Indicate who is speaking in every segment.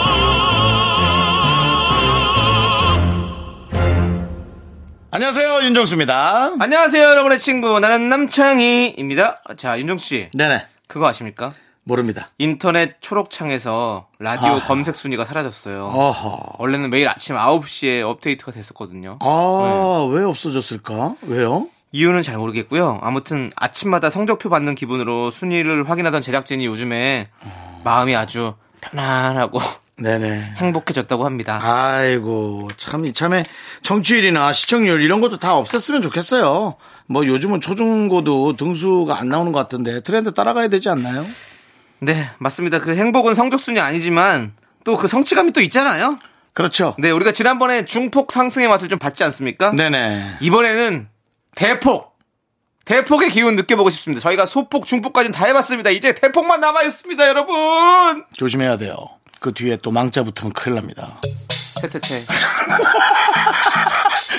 Speaker 1: 안녕하세요 윤정수입니다.
Speaker 2: 안녕하세요, 여러분의 친구. 나는 남창희입니다. 자, 윤정씨.
Speaker 1: 네네
Speaker 2: 그거 아십니까?
Speaker 1: 모릅니다.
Speaker 2: 인터넷 초록창에서 라디오
Speaker 1: 아.
Speaker 2: 검색 순위가 사라졌어요.
Speaker 1: 어허.
Speaker 2: 원래는 매일 아침 9시에 업데이트가 됐었거든요.
Speaker 1: 아, 왜 없어졌을까? 왜요?
Speaker 2: 이유는 잘 모르겠고요. 아무튼 아침마다 성적표 받는 기분으로 순위를 확인하던 제작진이 요즘에 마음이 아주 편안하고
Speaker 1: 네네.
Speaker 2: 행복해졌다고 합니다.
Speaker 1: 아. 아이고, 참, 이참에 청취율이나 시청률 이런 것도 다 없앴으면 좋겠어요. 뭐 요즘은 초중고도 등수가 안 나오는 것 같은데 트렌드 따라가야 되지 않나요?
Speaker 2: 네, 맞습니다. 그 행복은 성적 순위 아니지만 또 그 성취감이 또 있잖아요.
Speaker 1: 그렇죠.
Speaker 2: 네, 우리가 지난번에 중폭 상승의 맛을 좀 봤지 않습니까?
Speaker 1: 네네.
Speaker 2: 이번에는 대폭 대폭의 기운 느껴보고 싶습니다. 저희가 소폭, 중폭까지는 다 해봤습니다. 이제 대폭만 남아 있습니다, 여러분.
Speaker 1: 조심해야 돼요. 그 뒤에 또 망자 붙으면 큰일 납니다.
Speaker 2: 테테테.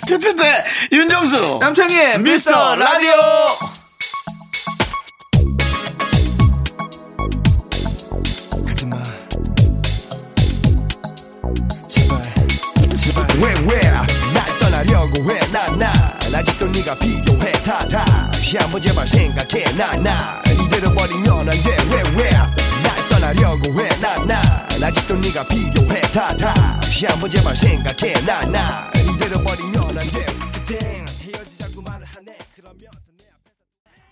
Speaker 1: 뜨뜨뜨! 윤정수!
Speaker 2: 남창희의 미스터 라디오.
Speaker 3: 왜왜날 떠나려고 해난나 아직도 네가 필요해 다다 다시 한번 제발 생각해 나나 이대로 버리면 안돼왜왜날 떠나려고 해난나 아직도 네가 필요해 다다 다시 한번 제발 생각해 나나 이대로 버리면 안돼 헤어지자고 말을 하네 그러면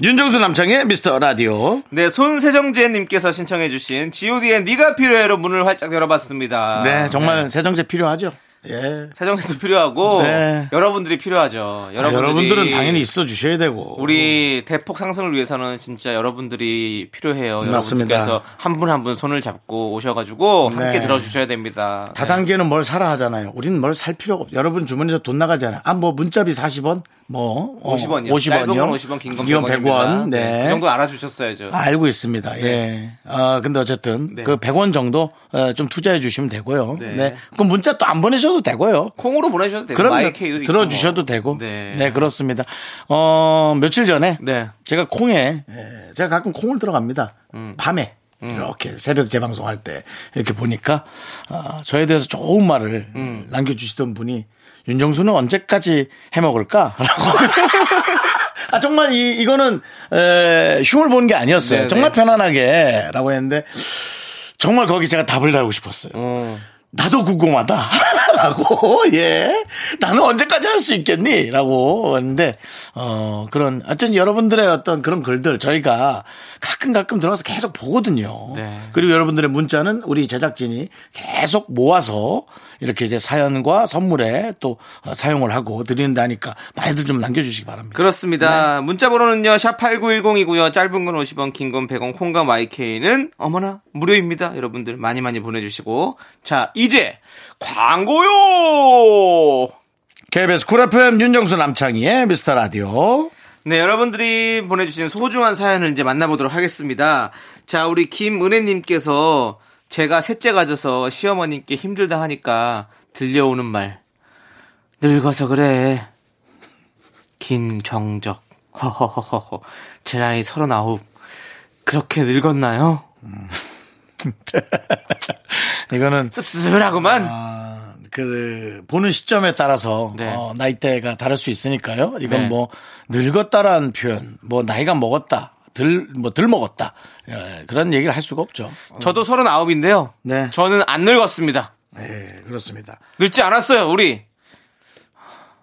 Speaker 1: 윤정수 남창의 미스터 라디오.
Speaker 2: 네, 손세정재님께서 신청해주신 G.O.D의 네가 필요해로 문을 활짝 열어봤습니다.
Speaker 1: 네, 정말 세정제 필요하죠. 예.
Speaker 2: 세정재도 필요하고
Speaker 1: 네.
Speaker 2: 여러분들이 필요하죠.
Speaker 1: 아,
Speaker 2: 여러분들이
Speaker 1: 여러분들은 당연히 있어 주셔야 되고.
Speaker 2: 우리 대폭 상승을 위해서는 진짜 여러분들이 필요해요.
Speaker 1: 맞습니다.
Speaker 2: 여러분께서 한 분 한 분 손을 잡고 오셔가지고
Speaker 1: 네.
Speaker 2: 함께 들어주셔야 됩니다. 네.
Speaker 1: 다단계는 뭘 사라 하잖아요. 우린 뭘 살 필요가 없. 여러분 주머니에서 돈 나가잖아요. 아, 뭐 문자비 40원, 뭐 어, 50원
Speaker 2: 50원이요.
Speaker 1: 이요.
Speaker 2: 짧은 건 50원, 긴건
Speaker 1: 이건 100원. 네.
Speaker 2: 그 정도 알아주셨어야죠.
Speaker 1: 아, 알고 있습니다. 예. 아, 근데 어쨌든
Speaker 2: 네.
Speaker 1: 그 100원 정도 어, 좀 투자해 주시면 되고요. 네.
Speaker 2: 네.
Speaker 1: 그럼 문자 또 안 보내셔도 되고요.
Speaker 2: 콩으로 보내주셔도 되고
Speaker 1: 그럼
Speaker 2: 마이케이도
Speaker 1: 들어주셔도 되고. 네.
Speaker 2: 네.
Speaker 1: 그렇습니다. 어, 며칠 전에
Speaker 2: 네.
Speaker 1: 제가 콩에 예, 제가 가끔 콩을 들어갑니다.
Speaker 2: 음.
Speaker 1: 밤에 이렇게 새벽 재방송할 때 이렇게 보니까 아, 저에 대해서 좋은 말을
Speaker 2: 음.
Speaker 1: 남겨주시던 분이 윤정수는 언제까지 해먹을까라고. 아 정말 이 이거는 에, 흉을 보는 게 아니었어요.
Speaker 2: 네네.
Speaker 1: 정말 편안하게라고 했는데 정말 거기 제가 답을 달고 싶었어요. 나도 궁금하다. 라고, 예. 나는 언제까지 할 수 있겠니? 라고 했는데, 어, 그런, 하여튼 여러분들의 어떤 그런 글들 저희가 가끔 가끔 들어가서 계속 보거든요.
Speaker 2: 네.
Speaker 1: 그리고 여러분들의 문자는 우리 제작진이 계속 모아서 이렇게 이제 사연과 선물에 또 어, 사용을 하고 드린다니까 많이들 좀 남겨주시기 바랍니다.
Speaker 2: 그렇습니다.
Speaker 1: 네.
Speaker 2: 문자 번호는요. 샵 8910이고요. 짧은 건 50원, 긴 건 100원, 콩과 마이케이는 어머나 무료입니다. 여러분들 많이 많이 보내주시고 자 이제 광고요.
Speaker 1: KBS 쿨 FM 윤정수 남창희의 미스터 라디오.
Speaker 2: 네, 여러분들이 보내주신 소중한 사연을 이제 만나보도록 하겠습니다. 자, 우리 김은혜님께서 제가 셋째 가져서 시어머님께 힘들다 하니까 들려오는 말. 늙어서 그래. 긴 정적. 허허허허. 제 나이 서른아홉. 그렇게 늙었나요?
Speaker 1: 이거는
Speaker 2: 씁쓸하구만.
Speaker 1: 아, 그 보는 시점에 따라서
Speaker 2: 네.
Speaker 1: 어, 나이대가 다를 수 있으니까요. 이건
Speaker 2: 네.
Speaker 1: 뭐 늙었다라는 표현, 뭐 나이가 먹었다, 들 뭐 덜 먹었다 예, 그런 얘기를 할 수가 없죠.
Speaker 2: 저도 서른아홉인데요.
Speaker 1: 네.
Speaker 2: 저는 안 늙었습니다. 네,
Speaker 1: 예, 그렇습니다.
Speaker 2: 늙지 않았어요, 우리.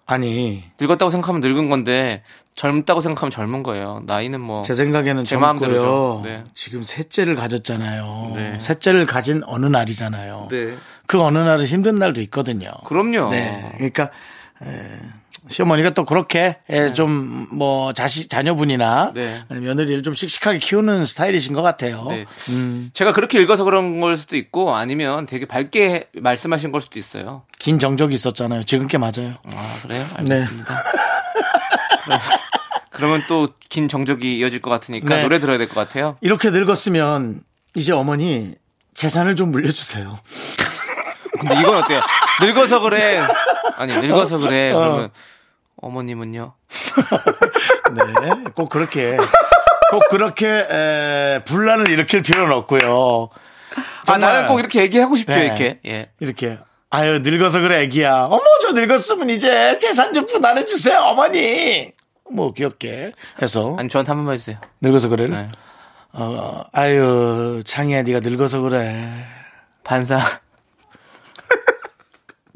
Speaker 1: 아니
Speaker 2: 늙었다고 생각하면 늙은 건데 젊다고 생각하면 젊은 거예요. 나이는 뭐
Speaker 1: 제 생각에는
Speaker 2: 제
Speaker 1: 젊고요.
Speaker 2: 마음대로죠. 네.
Speaker 1: 지금 셋째를 가졌잖아요.
Speaker 2: 네.
Speaker 1: 셋째를 가진 어느 날이잖아요.
Speaker 2: 네. 그렇죠.
Speaker 1: 그 어느 날은 힘든 날도 있거든요.
Speaker 2: 그럼요.
Speaker 1: 네. 그러니까 에, 시어머니가 또 그렇게 좀 뭐 자식 자녀분이나
Speaker 2: 네.
Speaker 1: 며느리를 좀 씩씩하게 키우는 스타일이신 것 같아요.
Speaker 2: 네. 제가 그렇게 읽어서 그런 걸 수도 있고 아니면 되게 밝게 해- 말씀하신 걸 수도 있어요.
Speaker 1: 긴 정적이 있었잖아요. 지금 게 맞아요.
Speaker 2: 네. 아 그래요? 알겠습니다. 그러면 또 긴 정적이 이어질 것 같으니까
Speaker 1: 네.
Speaker 2: 노래 들어야 될 것 같아요.
Speaker 1: 이렇게 늙었으면 이제 어머니 재산을 좀 물려주세요.
Speaker 2: 근데 이건 어때요? 늙어서 그래. 아니 늙어서 그래. 그러면 어머님은요?
Speaker 1: 네, 꼭 그렇게 꼭 그렇게 에, 분란을 일으킬 필요는 없고요.
Speaker 2: 아
Speaker 1: 정말.
Speaker 2: 나는 꼭 이렇게 얘기하고 싶죠
Speaker 1: 네.
Speaker 2: 이렇게. 예.
Speaker 1: 이렇게 아유 늙어서 그래 애기야. 어머 저 늙었으면 이제 재산 좀 분할해 주세요 어머니. 뭐 귀엽게 해서
Speaker 2: 아니 저한테 한 번만 해주세요.
Speaker 1: 늙어서 그래.
Speaker 2: 네.
Speaker 1: 어, 아유 창희야 네가 늙어서 그래.
Speaker 2: 반사.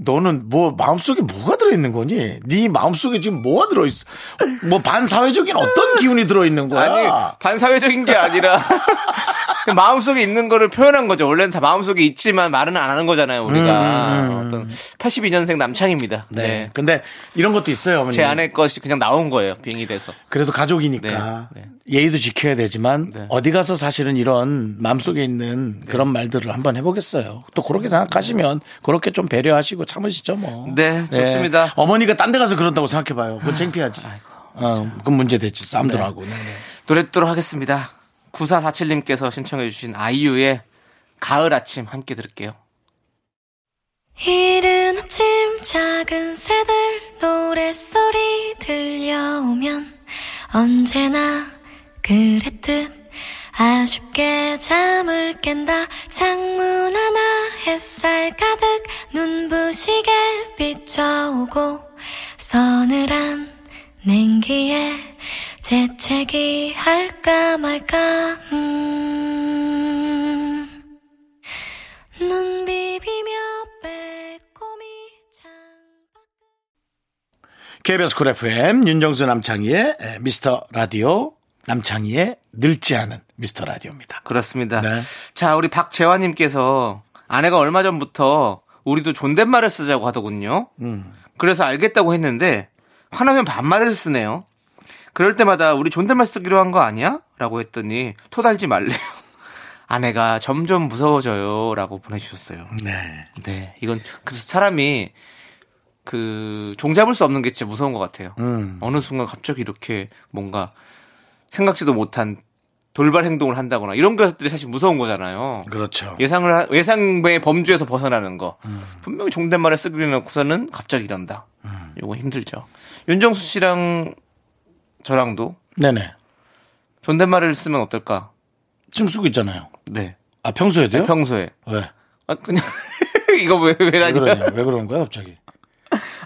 Speaker 1: 너는 뭐 마음속에 뭐가 들어있는 거니? 네 마음속에 지금 뭐가 들어있어? 뭐 반사회적인 어떤 기운이 들어있는 거야?
Speaker 2: 아니 반사회적인 게 아니라 그 마음속에 있는 거를 표현한 거죠. 원래는 다 마음속에 있지만 말은 안 하는 거잖아요. 우리가 어떤 82년생 남창입니다.
Speaker 1: 음, 네. 음.
Speaker 2: 네.
Speaker 1: 근데 이런 것도 있어요, 어머니.
Speaker 2: 제 아내 것이 그냥 나온 거예요. 비행이 돼서.
Speaker 1: 그래도 가족이니까
Speaker 2: 네, 네.
Speaker 1: 예의도 지켜야 되지만
Speaker 2: 네.
Speaker 1: 어디 가서 사실은 이런 마음속에 있는 그런 말들을 한번 해보겠어요. 또 그렇게 생각하시면 그렇게 좀 배려하시고 참으시죠, 뭐.
Speaker 2: 네, 좋습니다. 아,
Speaker 1: 어머니가 딴 데 가서 그런다고 생각해봐요. 그건 창피하지. 어, 그건 문제 되지. 싸움도 하고. 네, 네.
Speaker 2: 노래 듣도록 하겠습니다. 9447님께서 신청해주신 아이유의 가을 아침 함께 들을게요.
Speaker 4: 이른 아침 작은 새들 노랫소리 들려오면 언제나 그랬듯 아쉽게 잠을 깬다 창문 하나 햇살 가득 눈부시게 비춰오고 서늘한 냉기에 재채기 할까 말까 음. 눈 비비며 빼꼼히 창밖
Speaker 1: KBS 쿨 FM 윤정수 남창희의 에, 미스터 라디오 남창희의 늙지 않은 미스터 라디오입니다.
Speaker 2: 그렇습니다.
Speaker 1: 네.
Speaker 2: 자, 우리 박재환님께서 아내가 얼마 전부터 우리도 존댓말을 쓰자고 하더군요. 그래서 알겠다고 했는데 화나면 반말을 쓰네요. 그럴 때마다 우리 존댓말 쓰기로 한 거 아니야? 라고 했더니 토달지 말래요. 아내가 점점 무서워져요. 라고 보내주셨어요.
Speaker 1: 네.
Speaker 2: 네. 이건 그 사람이 그 종잡을 수 없는 게 진짜 무서운 것 같아요.
Speaker 1: 음.
Speaker 2: 어느 순간 갑자기 이렇게 뭔가 생각지도 못한 돌발 행동을 한다거나 이런 것들이 사실 무서운 거잖아요.
Speaker 1: 그렇죠.
Speaker 2: 예상을 하- 예상의 범주에서 벗어나는 거
Speaker 1: 음.
Speaker 2: 분명히 존댓말을 쓰기로 해놓고서는 갑자기 이런다. 이거 힘들죠. 윤정수 씨랑 저랑도
Speaker 1: 네네.
Speaker 2: 존댓말을 쓰면 어떨까?
Speaker 1: 지금 쓰고 있잖아요.
Speaker 2: 네.
Speaker 1: 아 평소에도요?
Speaker 2: 평소에
Speaker 1: 왜?
Speaker 2: 아 그냥 이거 왜
Speaker 1: 왜
Speaker 2: 왜라니?
Speaker 1: 그러냐? 왜 그러는 거야 갑자기?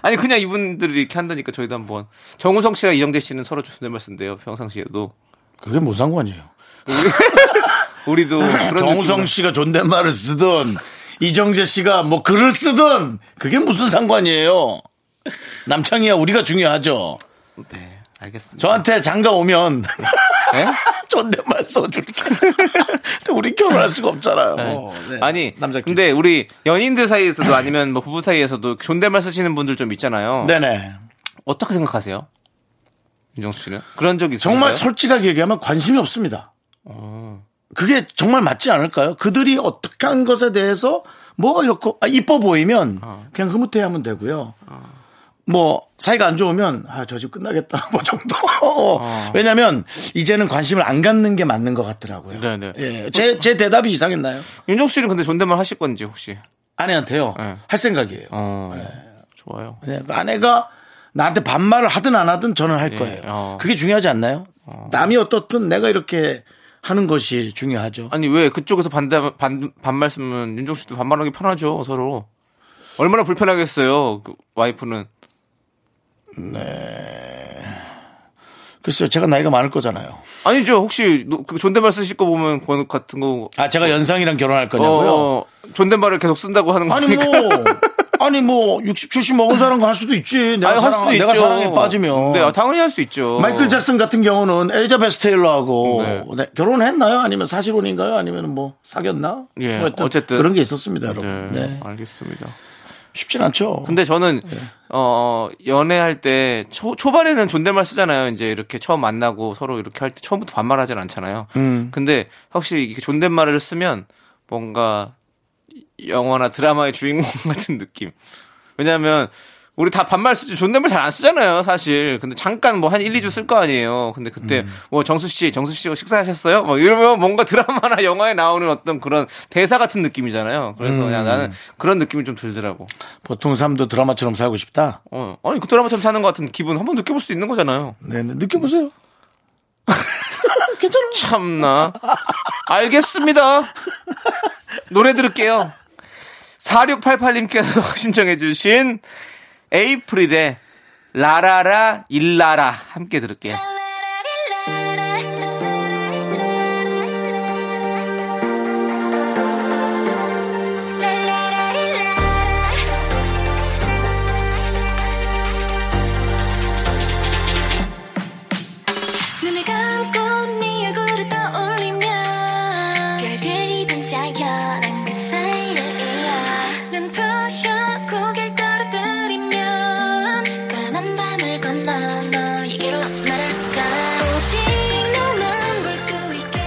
Speaker 2: 아니 그냥 이분들이 이렇게 한다니까 저희도 한번 정우성 씨랑 이정재 씨는 서로 존댓말 쓴대요 평상시에도
Speaker 1: 그게 뭔 상관이에요?
Speaker 2: 우리도 그런
Speaker 1: 네, 정우성
Speaker 2: 느낌으로.
Speaker 1: 씨가 존댓말을 쓰든 이정재 씨가 뭐 글을 쓰든 그게 무슨 상관이에요? 남창희야 우리가 중요하죠.
Speaker 2: 네 알겠습니다
Speaker 1: 저한테 장가 오면
Speaker 2: 네?
Speaker 1: 존댓말 써줄게. 근데 우리 결혼할 수가 없잖아요. 네.
Speaker 2: 아니
Speaker 1: 남자끼리.
Speaker 2: 근데 우리 연인들 사이에서도 아니면 뭐 부부 사이에서도 존댓말 쓰시는 분들 좀 있잖아요
Speaker 1: 네네.
Speaker 2: 어떻게 생각하세요 윤정수 씨는 그런 적 있어요 어.
Speaker 1: 정말 솔직하게 얘기하면 관심이 없습니다. 그게 정말 맞지 않을까요? 그들이 어떻게 한 것에 대해서 뭐가 이렇고, 아, 이뻐 보이면
Speaker 2: 어.
Speaker 1: 그냥 흐뭇해 하면 되고요. 뭐, 사이가 안 좋으면, 아, 저 집 끝나겠다. 뭐 정도.
Speaker 2: 어.
Speaker 1: 왜냐면, 이제는 관심을 안 갖는 게 맞는 것 같더라고요.
Speaker 2: 네, 네.
Speaker 1: 예. 제, 제 대답이 이상했나요?
Speaker 2: 윤정수 씨는 근데 존댓말 하실 건지 혹시
Speaker 1: 아내한테요.
Speaker 2: 네.
Speaker 1: 할 생각이에요.
Speaker 2: 어 좋아요
Speaker 1: 네, 그 아내가 나한테 반말을 하든 안 하든 저는 할 거예요.
Speaker 2: 어.
Speaker 1: 그게 중요하지 않나요? 남이 어떻든 내가 이렇게 하는 것이 중요하죠.
Speaker 2: 아니 왜 그쪽에서 반대 반 반말 쓰면 윤정수 씨도 반말하기 편하죠 서로 얼마나 불편하겠어요 그 와이프는
Speaker 1: 글쎄요, 제가 나이가 많을 거잖아요.
Speaker 2: 아니죠. 혹시 노- 그 존댓말 쓰실 거 보면 번호 같은 거
Speaker 1: 아, 제가 연상이랑 결혼할 거냐고요?
Speaker 2: 어, 존댓말을 계속 쓴다고 하는
Speaker 1: 아니
Speaker 2: 거니까.
Speaker 1: 뭐, 아니 뭐, 60, 70 먹은 사람과 할 수도 있지. 내가,
Speaker 2: 아니, 할
Speaker 1: 사랑,
Speaker 2: 수도
Speaker 1: 내가
Speaker 2: 있죠.
Speaker 1: 사랑에 빠지면.
Speaker 2: 네, 당연히 할 수 있죠.
Speaker 1: 마이클 잭슨 같은 경우는 엘자베스 테일러하고
Speaker 2: 네.
Speaker 1: 네, 결혼했나요? 아니면 사실혼인가요? 아니면 뭐 사귀었나?
Speaker 2: 예,
Speaker 1: 뭐 하여튼
Speaker 2: 어쨌든.
Speaker 1: 그런 게 있었습니다,
Speaker 2: 네,
Speaker 1: 여러분. 네.
Speaker 2: 알겠습니다.
Speaker 1: 쉽진 않죠.
Speaker 2: 근데 저는 어 연애할 때 초, 초반에는 존댓말 쓰잖아요. 이제 이렇게 처음 만나고 서로 이렇게 할 때 처음부터 반말하진 않잖아요. 근데 확실히 이게 존댓말을 쓰면 뭔가 영화나 드라마의 주인공 같은 느낌. 왜냐하면 우리 다 반말 쓰지 존댓말 잘 안 쓰잖아요, 사실. 근데 잠깐 뭐 한 1, 2주 쓸 거 아니에요. 근데 그때 뭐 정수 씨, 정수 씨 식사하셨어요? 막 이러면 뭔가 드라마나 영화에 나오는 어떤 그런 대사 같은 느낌이잖아요. 그래서 그냥 나는 그런 느낌이 좀 들더라고.
Speaker 1: 보통 삶도 드라마처럼 살고 싶다.
Speaker 2: 어, 아니 그 드라마처럼 사는 것 같은 기분 한번 느껴볼 수 있는 거잖아요.
Speaker 1: 네, 네, 느껴보세요. 괜찮아.
Speaker 2: 참나. 알겠습니다. 노래 들을게요. 4688님께서 신청해주신 에이프릴의 라라라 일라라 함께 들을게요.
Speaker 4: 눈을 감고 네 얼굴을 떠올리면 별들이 반짝여 난 그 사이를 이어 눈 부셔 고개를 떨어뜨리면 까만 밤을 건너 너에게로 날아가 오직 너만 볼 수 있게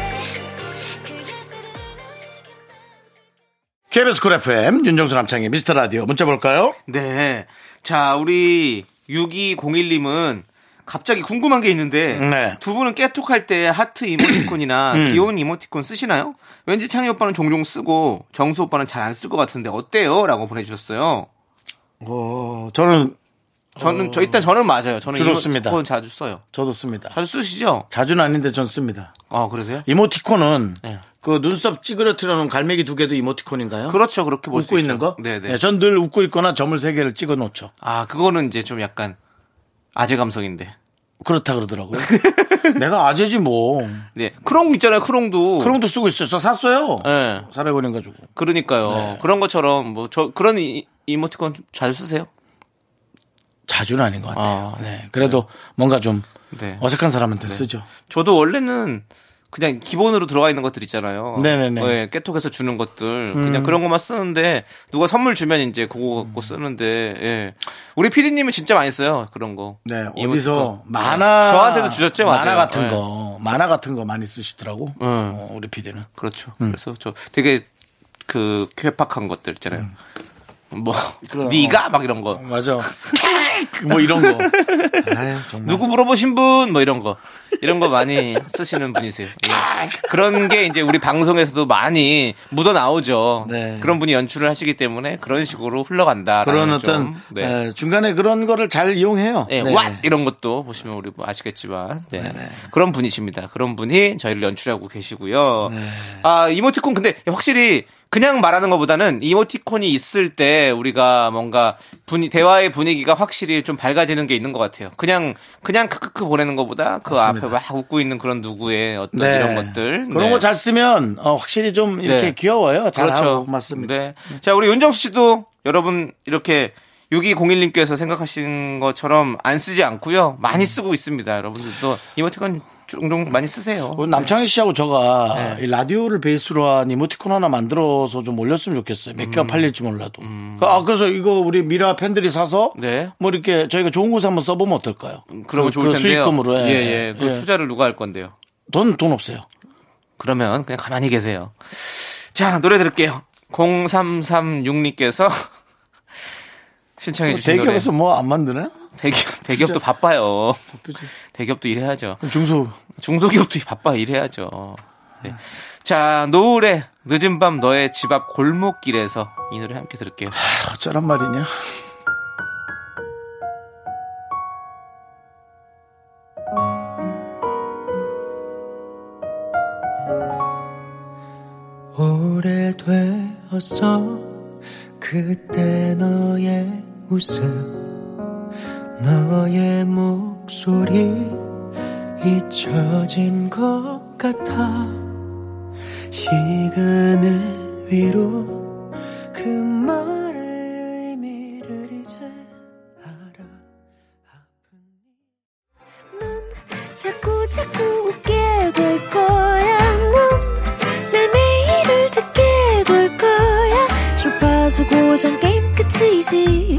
Speaker 4: 그 예술을 너에게만
Speaker 1: KBS 쿨 FM 윤정수 남창의 미스터 라디오 문자 볼까요?
Speaker 2: 네. 자, 우리 6201님은 갑자기 궁금한 게 있는데
Speaker 1: 네. 음.
Speaker 2: 두 분은 깨톡할 때 하트 이모티콘이나 귀여운 이모티콘 쓰시나요? 왠지 창희 오빠는 종종 쓰고 정수 오빠는 잘 안 쓸 것 같은데 어때요? 라고 보내주셨어요.
Speaker 1: 어, 저는
Speaker 2: 저는 저 일단 저는 맞아요. 저는
Speaker 1: 주로 씁니다.
Speaker 2: 이모티콘 자주 써요.
Speaker 1: 저도 씁니다.
Speaker 2: 자주 쓰시죠?
Speaker 1: 자주는 아닌데 전 씁니다.
Speaker 2: 아 그러세요?
Speaker 1: 이모티콘은
Speaker 2: 네.
Speaker 1: 그 눈썹 찌그러뜨려 놓은 갈매기 두 개도 이모티콘인가요?
Speaker 2: 그렇죠, 그렇게 볼수
Speaker 1: 웃고 있는 거?
Speaker 2: 네네.
Speaker 1: 전 늘 웃고 있거나 점을 세 개를 찍어 놓죠.
Speaker 2: 아 그거는 이제 좀 약간 아재 감성인데.
Speaker 1: 그렇다 그러더라고요. 내가 아재지 뭐.
Speaker 2: 네, 크롱 있잖아요, 크롱도.
Speaker 1: 그런 것도 쓰고 있어요. 저 샀어요.
Speaker 2: 예,
Speaker 1: 400원인가 주고.
Speaker 2: 그러니까요.
Speaker 1: 네.
Speaker 2: 그런 것처럼 뭐 저 그런 이, 이모티콘 좀 자주 쓰세요?
Speaker 1: 자주는 아닌 것 같아요.
Speaker 2: 아.
Speaker 1: 네. 그래도 뭔가 좀
Speaker 2: 네.
Speaker 1: 어색한 사람한테 쓰죠.
Speaker 2: 저도 원래는 그냥 기본으로 들어가 있는 것들 있잖아요.
Speaker 1: 네네네. 음.
Speaker 2: 예, 깨톡에서 주는 것들 그냥 그런 것만 쓰는데 누가 선물 주면 이제 그거 갖고 쓰는데 예. 우리 피디님은 진짜 많이 써요 그런 거.
Speaker 1: 네.
Speaker 2: 이모티콘. 뭐 예.
Speaker 1: 어디서 만화.
Speaker 2: 저한테도 주셨죠, 맞아요.
Speaker 1: 만화 같은
Speaker 2: 예.
Speaker 1: 거. 만화 같은 거 네. 많이 쓰시더라고. 어, 우리 PD는.
Speaker 2: 그렇죠.
Speaker 1: 음.
Speaker 2: 그래서 저 되게 그 괴팍한 것들 있잖아요. 뭐
Speaker 1: 음. 그럼.
Speaker 2: 네가 막 이런 거.
Speaker 1: 맞아. 뭐 이런 거. 아유, 정말.
Speaker 2: 누구 물어보신 분 뭐 이런 거 이런 거 많이 쓰시는 분이세요. 예. 그런 게 이제 우리 방송에서도 많이 묻어 나오죠.
Speaker 1: 네.
Speaker 2: 그런 분이 연출을 하시기 때문에 그런 식으로 흘러간다.
Speaker 1: 그런 어떤
Speaker 2: 네.
Speaker 1: 에, 중간에 그런 거를 잘 이용해요.
Speaker 2: 예,
Speaker 1: 네.
Speaker 2: 왓 이런 것도 보시면 우리 뭐 아시겠지만 네. 그런 분이십니다. 그런 분이 저희를 연출하고 계시고요.
Speaker 1: 네.
Speaker 2: 아 이모티콘 근데 확실히 그냥 말하는 것보다는 이모티콘이 있을 때 우리가 뭔가 분위 대화의 분위기가 확실히 좀 밝아지는 게 있는 것 같아요. 그냥 그냥 크크크 보내는 것보다 그 앞에 막 웃고 있는 그런 누구의 어떤
Speaker 1: 네.
Speaker 2: 이런 것들
Speaker 1: 그런
Speaker 2: 네.
Speaker 1: 거 잘 쓰면 어, 확실히 좀 이렇게
Speaker 2: 네.
Speaker 1: 귀여워요. 잘하고
Speaker 2: 그렇죠.
Speaker 1: 맞습니다.
Speaker 2: 네. 자, 우리 윤정수 씨도 여러분 이렇게 6201님께서 생각하신 것처럼 안 쓰지
Speaker 1: 음.
Speaker 2: 않고요. 많이 쓰고 있습니다. 여러분들도 이모티콘 종종 많이 쓰세요.
Speaker 1: 오늘 그 남창희 씨하고 저가
Speaker 2: 네.
Speaker 1: 이 라디오를 베이스로 한 이모티콘 하나 만들어서 좀 올렸으면 좋겠어요. 몇
Speaker 2: 음.
Speaker 1: 개가 팔릴지 몰라도. 그- 아 그래서 이거 우리 미라 팬들이 사서
Speaker 2: 네.
Speaker 1: 뭐 이렇게 저희가 좋은 곳에 한번 써보면 어떨까요?
Speaker 2: 음, 그러면
Speaker 1: 그-
Speaker 2: 좋을
Speaker 1: 그
Speaker 2: 텐데요.
Speaker 1: 수익금으로
Speaker 2: 예, 예. 그
Speaker 1: 예.
Speaker 2: 투자를 네, 누가 할 건데요?
Speaker 1: 돈, 돈 없어요.
Speaker 2: 그러면 그냥 가만히 계세요. 자, 노래 들을게요. 0336님께서 신청해 주신 노래.
Speaker 1: 대기업에서 뭐 안 만드나?
Speaker 2: 대기업, 대기업도 바빠요. 대기업도 일해야죠.
Speaker 1: 그럼 중소
Speaker 2: 중소기업도 바빠 일해야죠. 네. 자, 노을의 늦은 밤 너의 집 앞 골목길에서 이 노래 함께 들을게요.
Speaker 1: 어쩌란 말이냐?
Speaker 5: 오래되었어 그때 너의 웃음 너의 목소리 잊혀진 것 같아 시간의 위로 그 말의 의미를 이제 알아
Speaker 4: 자꾸 자꾸 웃게 될 거야. 넌내 매일을 듣게 될 거야. 주파수 고정 게임 끝이지.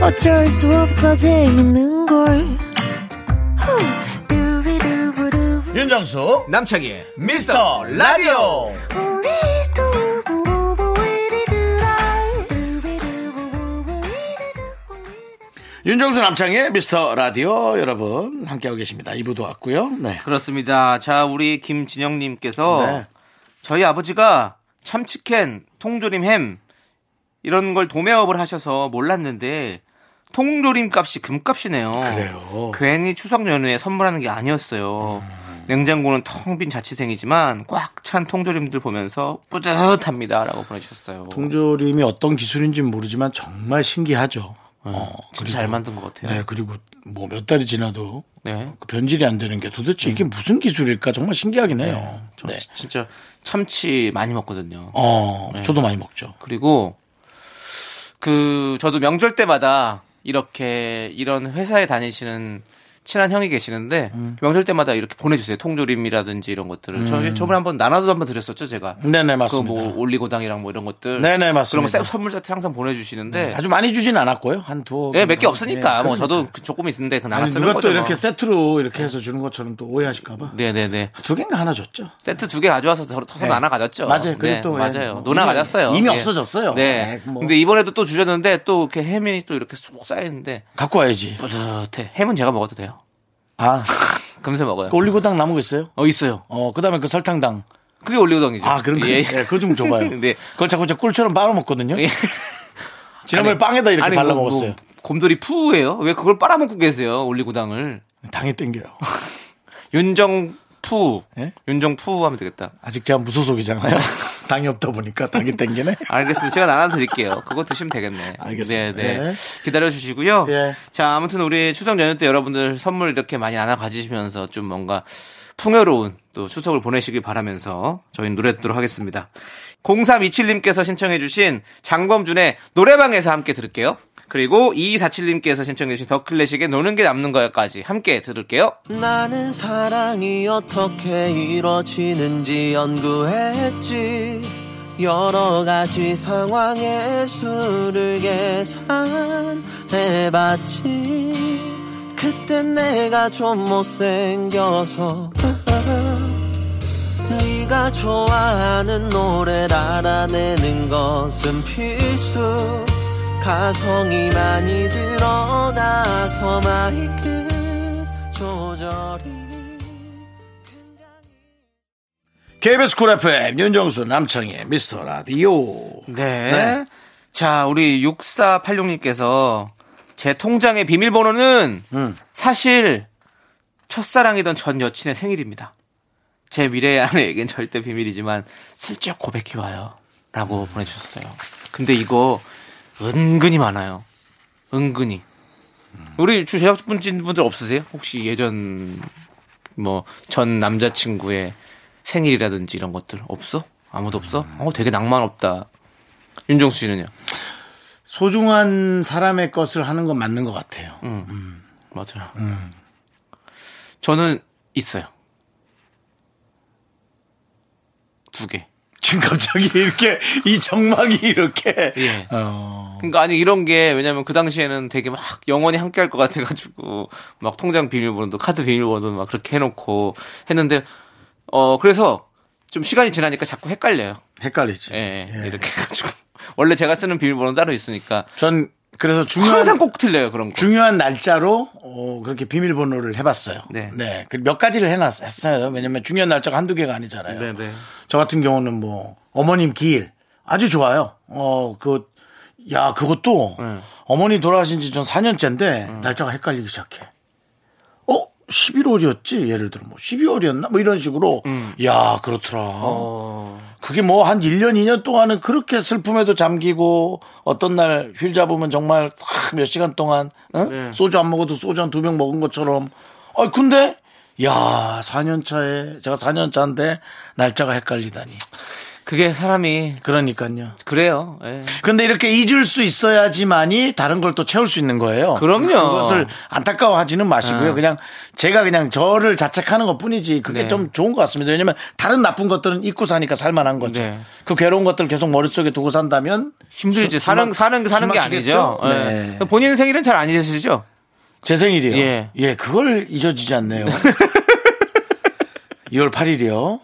Speaker 4: 어쩔 수 없어 재밌는 걸. 후. 두비두부두.
Speaker 1: 윤정수 남창희 미스터 라디오
Speaker 4: 우리 두부부부 우리 두라. 두비두부부부 우리 두라.
Speaker 1: 윤정수 남창의 미스터 라디오 여러분 함께하고 계십니다. 2부도 왔고요. 네.
Speaker 2: 그렇습니다. 자, 우리 김진영님께서
Speaker 1: 네.
Speaker 2: 저희 아버지가 참치캔, 통조림 햄 이런 걸 도매업을 하셔서 몰랐는데 통조림 값이 금값이네요.
Speaker 1: 그래요.
Speaker 2: 괜히 추석 연휴에 선물하는 게 아니었어요.
Speaker 1: 음.
Speaker 2: 냉장고는 텅 빈 자취생이지만 꽉 찬 통조림들 보면서 뿌듯합니다라고 보내주셨어요.
Speaker 1: 통조림이 어떤 기술인지는 모르지만 정말 신기하죠. 어,
Speaker 2: 네, 진짜 잘 만든 것 같아요.
Speaker 1: 네, 그리고 뭐 몇 달이 지나도
Speaker 2: 네.
Speaker 1: 그 변질이 안 되는 게 도대체 이게 무슨 기술일까 정말 신기하긴 해요.
Speaker 2: 음. 저
Speaker 1: 네.
Speaker 2: 어, 진짜 네. 참치 많이 먹거든요.
Speaker 1: 어, 저도 많이 먹죠.
Speaker 2: 그리고 그 저도 명절 때마다 이렇게 이런 회사에 다니시는 친한 형이 계시는데
Speaker 1: 음.
Speaker 2: 명절 때마다 이렇게 보내주세요 통조림이라든지 이런 것들을 저, 저번에 한번 나눠도 한번 드렸었죠 제가
Speaker 1: 네네, 맞습니다.
Speaker 2: 그뭐 올리고당이랑 뭐 이런 것들
Speaker 1: 네네, 맞습니다. 네,
Speaker 2: 그런 거 세- 선물 세트 항상 보내주시는데
Speaker 1: 아주 많이 주진 않았고요. 한 두어.
Speaker 2: 예 몇 개
Speaker 1: 네,
Speaker 2: 없으니까 뭐
Speaker 1: 그러니까.
Speaker 2: 저도 그 조금 있는데 그 나눠
Speaker 1: 아니,
Speaker 2: 쓰는
Speaker 1: 누가
Speaker 2: 거죠
Speaker 1: 또 이렇게
Speaker 2: 뭐.
Speaker 1: 세트로 이렇게 해서 주는 것처럼 또 오해하실까봐.
Speaker 2: 네네네
Speaker 1: 두 개인가 하나 줬죠.
Speaker 2: 세트 두 개 가져와서 서로 서로 나눠 가졌죠.
Speaker 1: 네. 맞아요. 그게
Speaker 2: 네,
Speaker 1: 또
Speaker 2: 맞아요.
Speaker 1: 뭐
Speaker 2: 노나
Speaker 1: 이미-
Speaker 2: 가졌어요.
Speaker 1: 이미
Speaker 2: 예.
Speaker 1: 없어졌어요.
Speaker 2: 네.
Speaker 1: 네, 뭐.
Speaker 2: 근데 이번에도 또 주셨는데 또 이렇게 햄이 또 이렇게 쏙 쌓였는데
Speaker 1: 갖고 와야지.
Speaker 2: 뿌듯해. 햄은 제가 먹어도 돼요.
Speaker 1: 아,
Speaker 2: 금세 먹어요.
Speaker 1: 그 올리고당 남은 거 있어요?
Speaker 2: 어 있어요.
Speaker 1: 어, 그 다음에 그 설탕당.
Speaker 2: 그게 올리고당이죠.
Speaker 1: 아, 그런 거.
Speaker 2: 예.
Speaker 1: 예, 그거 좀 줘봐요.
Speaker 2: 네.
Speaker 1: 그걸 자꾸 저 꿀처럼 빨아먹거든요.
Speaker 2: 예.
Speaker 1: 지난번에
Speaker 2: 아니,
Speaker 1: 빵에다 이렇게
Speaker 2: 아니, 뭐,
Speaker 1: 발라먹었어요.
Speaker 2: 뭐, 곰돌이 푸예요. 왜 그걸 빨아먹고 계세요? 올리고당을.
Speaker 1: 당이 땡겨요.
Speaker 2: 윤정푸.
Speaker 1: 예?
Speaker 2: 윤정푸 하면 되겠다.
Speaker 1: 아직 제가 무소속이잖아요. 당이 없다 보니까 당이 땡기네.
Speaker 2: 알겠습니다. 제가 나눠드릴게요. 그거 드시면 되겠네.
Speaker 1: 알겠습니다.
Speaker 2: 네, 네.
Speaker 1: 예.
Speaker 2: 기다려주시고요.
Speaker 1: 예.
Speaker 2: 자, 아무튼 우리 추석 연휴 때 여러분들 선물 이렇게 많이 나눠 가지시면서 좀 뭔가 풍요로운 또 추석을 보내시길 바라면서 저희는 노래 듣도록 하겠습니다. 0327님께서 신청해주신 장범준의 노래방에서 함께 들을게요. 그리고 2247님께서 신청해주신 더 클래식의 노는 게 남는 거야까지 함께 들을게요.
Speaker 6: 나는 사랑이 어떻게 이루어지는지 연구했지 여러 가지 상황의 수를 계산해봤지 그땐 내가 좀 못생겨서 네가 좋아하는 노래를 알아내는 것은 필수 가성이 많이 드러나서 마이크 조절이
Speaker 1: KBS 쿨 FM 윤정수 남창희 미스터 라디오.
Speaker 2: 네.
Speaker 1: 네.
Speaker 2: 자, 우리 6486님께서 제 통장의 비밀번호는
Speaker 1: 음.
Speaker 2: 사실 첫사랑이던 전 여친의 생일입니다. 제 미래의 아내에겐 절대 비밀이지만 슬쩍 고백해와요. 라고 보내주셨어요. 근데 이거 은근히 많아요. 은근히. 우리 주 제작분들 없으세요? 혹시 예전 뭐 전 남자친구의 생일이라든지 이런 것들 없어? 아무도 없어? 어, 되게 낭만 없다. 윤종수 씨는요?
Speaker 1: 소중한 사람의 것을 하는 건 맞는 것 같아요.
Speaker 2: 음. 맞아요.
Speaker 1: 음.
Speaker 2: 저는 있어요. 두 개.
Speaker 1: 지금 갑자기 이렇게 이 정막이 이렇게
Speaker 2: 예.
Speaker 1: 어,
Speaker 2: 그러니까 아니 이런 게 왜냐면 그 당시에는 되게 막 영원히 함께 할 것 같아 가지고 막 통장 비밀번호도 카드 비밀번호도 막 그렇게 해 놓고 했는데 어 그래서 좀 시간이 지나니까 자꾸 헷갈려요.
Speaker 1: 헷갈리지.
Speaker 2: 예.
Speaker 1: 예.
Speaker 2: 이렇게 해 가지고 원래 제가 쓰는 비밀번호 는 따로 있으니까
Speaker 1: 전 그래서 중요한
Speaker 2: 항상 꼭 틀려요, 그런 거.
Speaker 1: 중요한 날짜로 어, 그렇게 비밀번호를 해봤어요.
Speaker 2: 네.
Speaker 1: 네. 그리고 몇 가지를 해놨어요. 왜냐면 중요한 날짜가 한두 개가 아니잖아요.
Speaker 2: 네, 네.
Speaker 1: 저 같은 경우는 뭐 어머님 기일 아주 좋아요. 어, 그, 야, 그것도
Speaker 2: 네.
Speaker 1: 어머니 돌아가신 지 전 4년째인데 날짜가 헷갈리기 시작해. 어? 11월이었지? 예를 들어 뭐 12월이었나? 뭐 이런 식으로. 야, 그렇더라. 그게 뭐 한 1년, 2년 동안은 그렇게 슬픔에도 잠기고 어떤 날 휠 잡으면 정말 딱 몇 시간 동안 응? 소주 안 먹어도 소주 한 두 병 먹은 것처럼 아 근데 야 4년 차에 제가 4년 차인데 날짜가 헷갈리다니
Speaker 2: 그게 사람이
Speaker 1: 그러니까요.
Speaker 2: 그래요. 예.
Speaker 1: 근데 이렇게 잊을 수 있어야지만이 다른 걸 또 채울 수 있는 거예요.
Speaker 2: 그럼요.
Speaker 1: 그것을 안타까워하지는 마시고요. 그냥 제가 그냥 저를 자책하는 것 뿐이지 그게
Speaker 2: 네.
Speaker 1: 좀 좋은 것 같습니다. 왜냐면 다른 나쁜 것들은 잊고 사니까 살만한 거죠.
Speaker 2: 네.
Speaker 1: 그 괴로운 것들 을 계속 머릿속에 두고 산다면
Speaker 2: 힘들지.
Speaker 1: 수-
Speaker 2: 사는
Speaker 1: 수막-
Speaker 2: 사는 사는 게
Speaker 1: 수막히겠죠?
Speaker 2: 아니죠.
Speaker 1: 네.
Speaker 2: 예. 본인 생일은 잘 안 잊으시죠?
Speaker 1: 제 생일이에요.
Speaker 2: 예.
Speaker 1: 예, 그걸 잊어지지 않네요. 2월 8일이요.